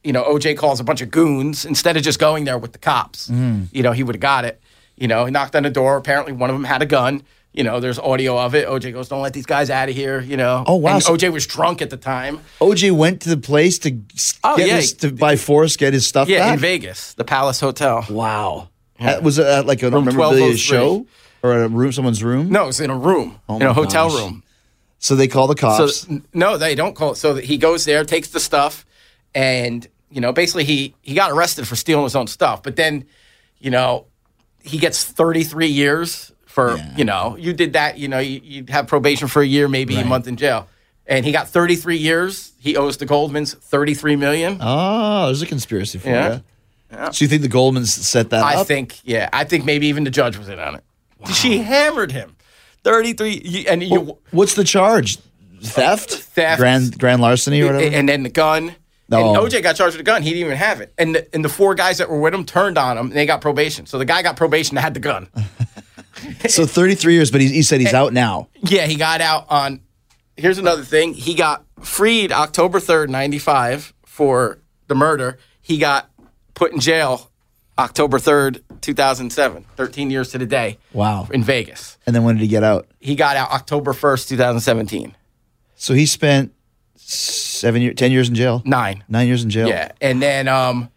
S6: you know oj calls a bunch of goons instead of just going there with the cops
S4: Mm-hmm.
S6: you know he would have got it you know he knocked on the door apparently one of them had a gun you know, there's audio of it. OJ goes, "Don't let these guys out of here." You know.
S4: Oh, wow.
S6: And
S4: So-
S6: OJ was drunk at the time.
S4: OJ went to the place to s-
S6: Oh,
S4: get
S6: yeah.
S4: his, to by force get his stuff
S6: Yeah,
S4: back.
S6: in Vegas, the Palace Hotel.
S4: Wow. At- was it at like an
S6: Room
S4: memorabilia
S6: 1203.
S4: show or at a room, someone's room?
S6: No, it's in a room, in
S4: Oh my
S6: a hotel
S4: gosh.
S6: room.
S4: So they call the cops.
S6: So n- no, they don't call it. So that he goes there, takes the stuff, and you know, basically he he got arrested for stealing his own stuff. But then, you know, he gets 33 years for you know you did that. You know, you, you'd have probation for a year, maybe a month in jail, and he got 33 years. He owes the Goldmans 33 million.
S4: oh, there's a conspiracy for
S6: Yeah.
S4: ya. So you think the Goldmans set that
S6: I
S4: up?
S6: think, yeah, I think maybe even the judge was in on it. She hammered him. 33 you- and you
S4: What's the charge? Theft?
S6: Theft.
S4: Grand grand larceny or
S6: A-
S4: whatever?
S6: and then the gun.
S4: No.
S6: And OJ got charged with a gun. He didn't even have it. And the, and the four guys that were with him turned on him, and they got probation. So the guy got probation and had the gun.
S4: so 33 years, but he, he said he's out now.
S6: yeah, he got out on. Here's another thing. He got freed October 3rd, 95 for the murder. He got put in jail October 3rd, 2007, 13 years to the day
S4: Wow.
S6: in Vegas.
S4: And then when did he get out?
S6: He got out October 1st, 2017.
S4: So he spent seven year, 10 years in jail?
S6: Nine.
S4: Nine years in jail?
S6: Yeah, and then um,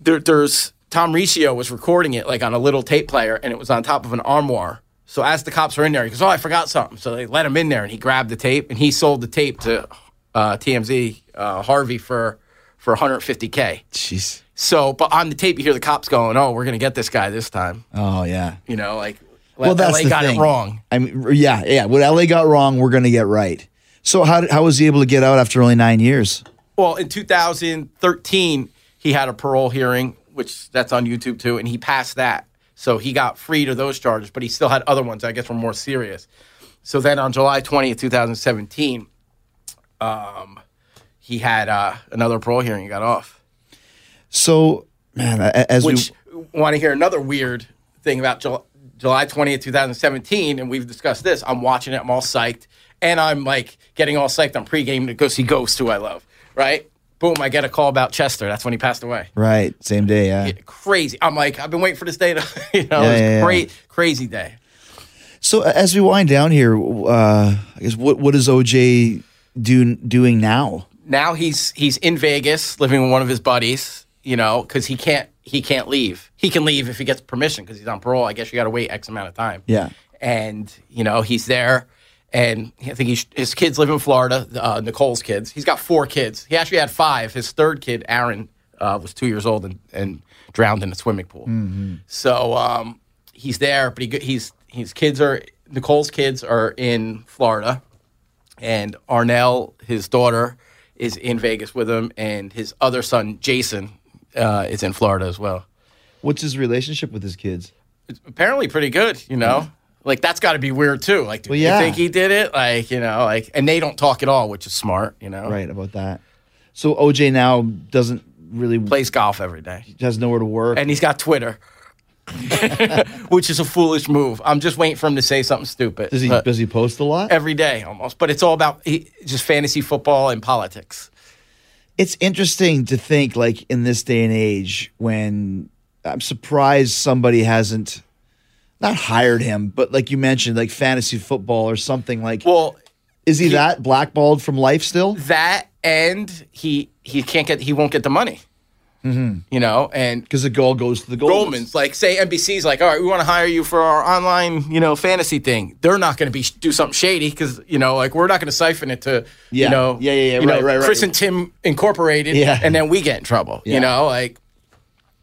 S6: there, there's Tom Riccio was recording it like on a little tape player, and it was on top of an armoire. So as the cops were in there, he goes, "Oh, I forgot something." So they let him in there, and he grabbed the tape, and he sold the tape to uh, TMZ uh, Harvey for for 150k.
S4: Jeez.
S6: So, but on the tape, you hear the cops going, "Oh, we're gonna get this guy this time,"
S4: Oh, yeah.
S6: you know, like
S4: Well, that's
S6: LA
S4: the
S6: got
S4: thing.
S6: it wrong.
S4: I mean, yeah, yeah. What LA got wrong, we're going to get right. So how, did- how was he able to get out after only nine years?
S6: Well, in 2013, he had a parole hearing, which that's on YouTube too, and he passed that. So he got freed of those charges, but he still had other ones, I guess, were more serious. So then on July 20th, 2017, um, he had uh, another parole hearing. He got off.
S4: So, man, a- as
S6: Which,
S4: we
S6: want to hear another weird thing about July, July 20th, 2017, and we've discussed this. I'm watching it, I'm all psyched, and I'm like getting all psyched. I'm pregame to go see Ghost, who I love, right? Boom, I get a call about Chester. That's when he passed away.
S4: right same day, yeah.
S6: Crazy. I'm like, I've been waiting for this day to, you know,
S4: Yeah,
S6: it was
S4: yeah, yeah.
S6: great, crazy day.
S4: So a- as we wind down here, uh, I guess what what is OJ do, doing now?
S6: Now he's he's in Vegas living with one of his buddies, you know, because he can't he can't leave. He can leave if he gets permission because he's on parole. I guess you got to wait X amount of time.
S4: Yeah.
S6: and you know he's there and i think he's, his kids live in florida uh, nicole's kids he's got four kids he actually had five his third kid aaron uh, was two years old and, and drowned in a swimming pool so um, he's there but he, go- he's his kids are nicole's kids are in florida and arnell his daughter is in vegas with him and his other son jason uh, is in florida as well
S4: What's his relationship with his kids?
S6: apparently pretty good, you know? Like that's got to be weird too. Like, do
S4: Well,
S6: you
S4: yeah.
S6: think he did it? Like, you know, like, and they don't talk at all, which is smart, you know.
S4: Right about that. So OJ now doesn't really
S6: Plays golf every day,
S4: has nowhere to work.
S6: and he's got Twitter, which is a foolish move. I'm just waiting for him to say something stupid.
S4: does he
S6: but
S4: does he post a lot?
S6: every day almost? But it's all about he, just fantasy football and politics.
S4: it's interesting to think like in this day and age when I'm surprised somebody hasn't not hired him, but like you mentioned, like fantasy football or something like
S6: Well,
S4: is he, that blackballed from life still?
S6: that and he he can't get he won't get the money,
S4: Mm-hmm.
S6: you know, and
S4: Because the goal goes to the goal.
S6: Goldman's like say NBC's like, all right, we want to hire you for our online, you know, fantasy thing. They're not going to be do something shady because you know, like we're not going to siphon it to,
S4: Yeah.
S6: you know,
S4: Yeah, yeah, yeah,
S6: you
S4: right,
S6: know,
S4: right, right.
S6: Chris and Tim Incorporated,
S4: Yeah.
S6: and then we get in trouble,
S4: Yeah.
S6: you know, like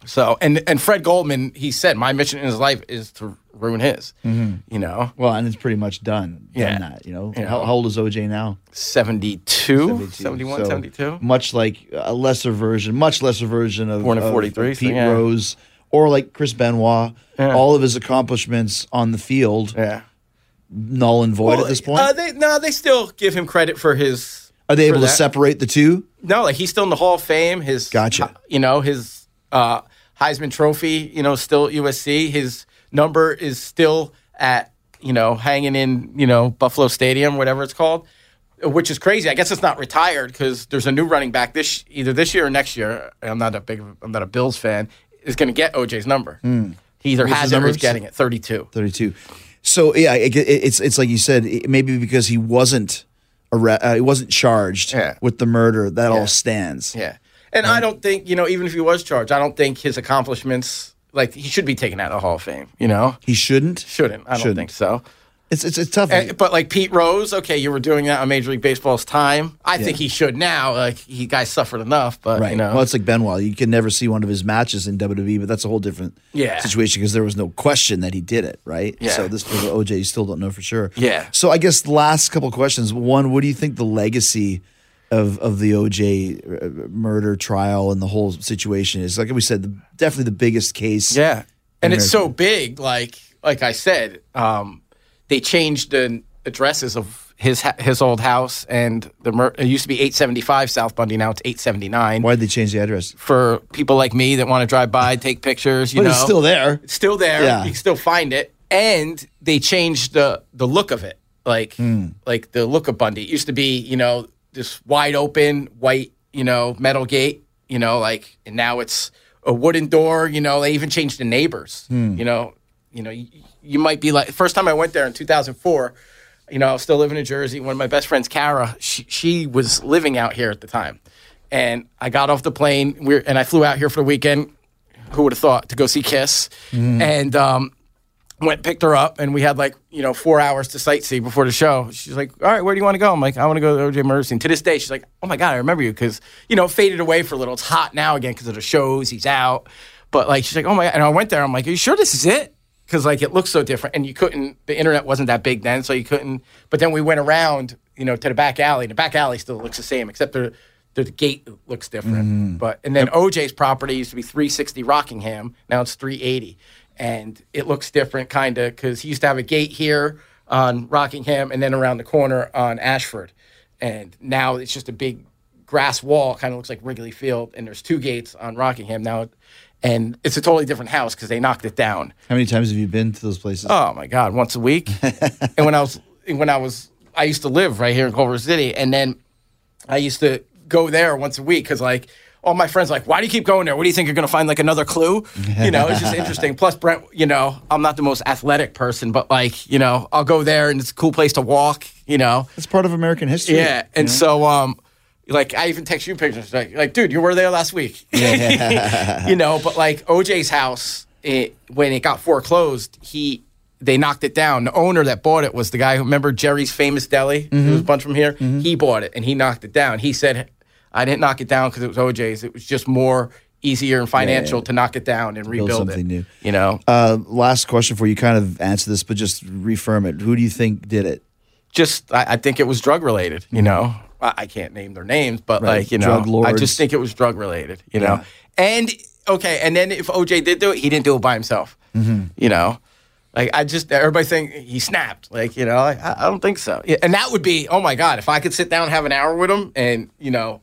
S6: so. And and Fred Goldman, he said, my mission in his life is to ruin his,
S4: Mm-hmm.
S6: you know,
S4: Well, and it's pretty much done.
S6: Yeah.
S4: Done that, you know.
S6: Yeah.
S4: How, how old is OJ now?
S6: 72,
S4: 72.
S6: 71,
S4: So,
S6: 72.
S4: Much like a lesser version, much lesser version of,
S6: Born in
S4: of
S6: 43, so
S4: Pete
S6: yeah.
S4: Rose or like Chris Benoit. All of his accomplishments on the field
S6: Yeah.
S4: null and void at this point.
S6: uh, they, no, they still give him credit for his.
S4: Are they
S6: uh, for
S4: able to
S6: that.
S4: separate the two?
S6: No, like he's still in the Hall of Fame. His uh,
S4: Gotcha.
S6: you know his uh, Heisman Trophy. You know, still at USC. His number is still at you know hanging in you know Buffalo Stadium, whatever it's called, which is crazy. I guess it's not retired because there's a new running back this either this year or next year. I'm not a big I'm not a Bills fan. Is going to get OJ's number. He either
S4: Hmm. What's
S6: has
S4: his
S6: it or
S4: number?
S6: he's getting it. Thirty two.
S4: 32. So yeah, it, it- it's it's like you said, it, maybe because he wasn't arre- uh, he wasn't charged
S6: Yeah.
S4: with the murder, that all stands.
S6: Yeah. And I don't think, you know, even if he was charged, I don't think his accomplishments Like he should be taken out of the Hall of Fame. You know,
S4: He shouldn't.
S6: shouldn't. I don't
S4: Shouldn't.
S6: think so.
S4: It's it's, it's tough.
S6: Eh, but like Pete Rose, okay, you were doing that on Major League Baseball's time. I think he should now. Like he guys suffered enough, but
S4: Right.
S6: you know,
S4: Well, it's like Benoit. You can never see one of his matches in WWE, but that's a whole different
S6: Yeah.
S4: situation because there was no question that he did it, right?
S6: Yeah.
S4: So this was OJ, you still don't know for sure.
S6: Yeah.
S4: So I guess the last couple of questions. One, what do you think the legacy of of the OJ uh, murder trial and the whole situation is? Like we said, the, definitely the biggest case.
S6: Yeah. And it's so big, like like I said, um, they changed the addresses of his ha- his old house, and the mur- it used to be 875 South Bundy, now it's 879.
S4: Why did they change the address?
S6: For people like me that want to drive by, take pictures, you
S4: But
S6: know,
S4: it's still there.
S6: It's still there.
S4: Yeah.
S6: You can still find it, and they changed the the look of it, like
S4: Hmm.
S6: like the look of Bundy. It used to be, you know, this wide open white, you know, metal gate, you know, like, and now it's a wooden door. You know, they even changed the neighbors.
S4: Hmm.
S6: You know, you know, you, you might be like first time I went there in 2004. You know, I was still living in Jersey. One of my best friends, Kara, she, she was living out here at the time, and I got off the plane. We are and I flew out here for the weekend who would have thought to go see Kiss, and um, went picked her up, and we had like you know four hours to sightsee before the show. She's like, "All right, where do you want to go?" I'm like, "I want to go to OJ Murder Scene." To this day, she's like, "Oh my god, I remember you because you know it faded away for a little. It's hot now again because of the shows. He's out, but like she's like, "Oh my," god. and I went there. I'm like, "Are you sure this is it?" Because like it looks so different, and you couldn't. The internet wasn't that big then, so you couldn't. But then we went around, you know, to the back alley. The back alley still looks the same, except the the gate looks different. But and then OJ's property used to be 360 Rockingham. Now it's 380, and it looks different, kind of, because he used to have a gate here on Rockingham and then around the corner on Ashford, and now it's just a big grass wall. Kind of looks like Wrigley Field, and there's two gates on Rockingham now. And it's a totally different house because they knocked it down.
S4: How many times have you been to those places?
S6: Oh my God, once a week. and when I was when I was I used to live right here in Culver City, and then I used to go there once a week because like all my friends are like, why do you keep going there? What do you think you're going to find like another clue? You know, it's just interesting. Plus, Brent, you know, I'm not the most athletic person, but like you know, I'll go there and it's a cool place to walk. You know,
S4: It's part of American history.
S6: yeah, and so um, like I even text you pictures like like dude, you were there last week. you know, but like OJ's house, it, when it got foreclosed, he they knocked it down. The owner that bought it was the guy who remember Jerry's famous deli. There
S4: Mm-hmm.
S6: was a bunch from here. He bought it and he knocked it down. He said, "I didn't knock it down because it was OJ's. It was just more." Easier and financial to knock it down and rebuild it.
S4: something new.
S6: You know,
S4: Uh, last question for you. Kind of answer this, but just reaffirm it. Who do you think did it?
S6: just I, I think it was drug related. You know, I, I can't name their names, but
S4: Right,
S6: like you know,
S4: drug
S6: I
S4: lords.
S6: just think it was drug related. You know, and okay, and then if OJ did do it, he didn't do it by himself.
S4: Mm-hmm.
S6: You know, like I just everybody think he snapped. Like you know, like, I, I don't think so. Yeah, and that would be oh my god if I could sit down and have an hour with him and you know.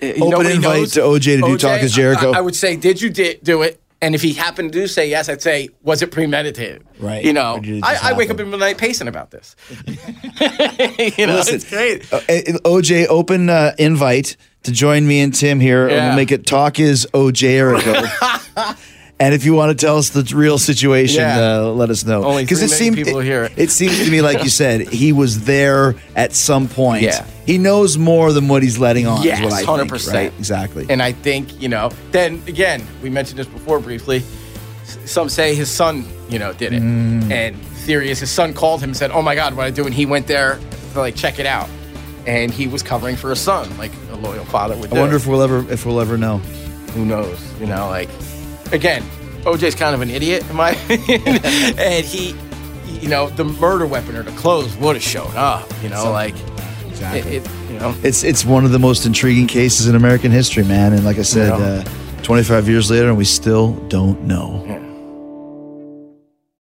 S6: eh, nobody
S4: invite to OJ to do Talk is Jericho.
S6: I, I would say, did you di- do it? And if he happened to do say yes, I'd say, was it premeditated?
S4: Right.
S6: You know,
S4: Or did it just
S6: I, I wake up
S4: happen?
S6: in the night pacing about this you know,
S4: Listen,
S6: it's great.
S4: Uh, OJ, open uh, invite to join me and Tim here, and
S6: Yeah.
S4: we'll make it talk is OJ Erico. and if you want to tell us the real situation,
S6: Yeah.
S4: uh, let us know.
S6: Only three
S4: it
S6: million
S4: seemed
S6: people
S4: it,
S6: hear it.
S4: it seems to me like you said he was there at some point.
S6: Yeah.
S4: he knows more than what he's letting on. is
S6: Yes,
S4: what I think,
S6: 100%.
S4: right? exactly.
S6: And I think, you know, then again, we mentioned this before briefly. S- Some say his son, you know, did it.
S4: Mm.
S6: And theory is his son called him and said, Oh my God, what I do? And he went there to like check it out. And he was covering for his son, like a loyal father would do.
S4: I wonder if we'll ever if we'll ever know.
S6: who knows? You know, like again, OJ's kind of an idiot in my opinion. and he you know, the murder weapon or the clothes would have shown up, you know, like
S4: Exactly.
S6: it, it you know.
S4: It's it's one of the most intriguing cases in American history, man. And like I said,
S6: Yeah.
S4: uh, 25 years later, and we still don't know.
S6: Yeah.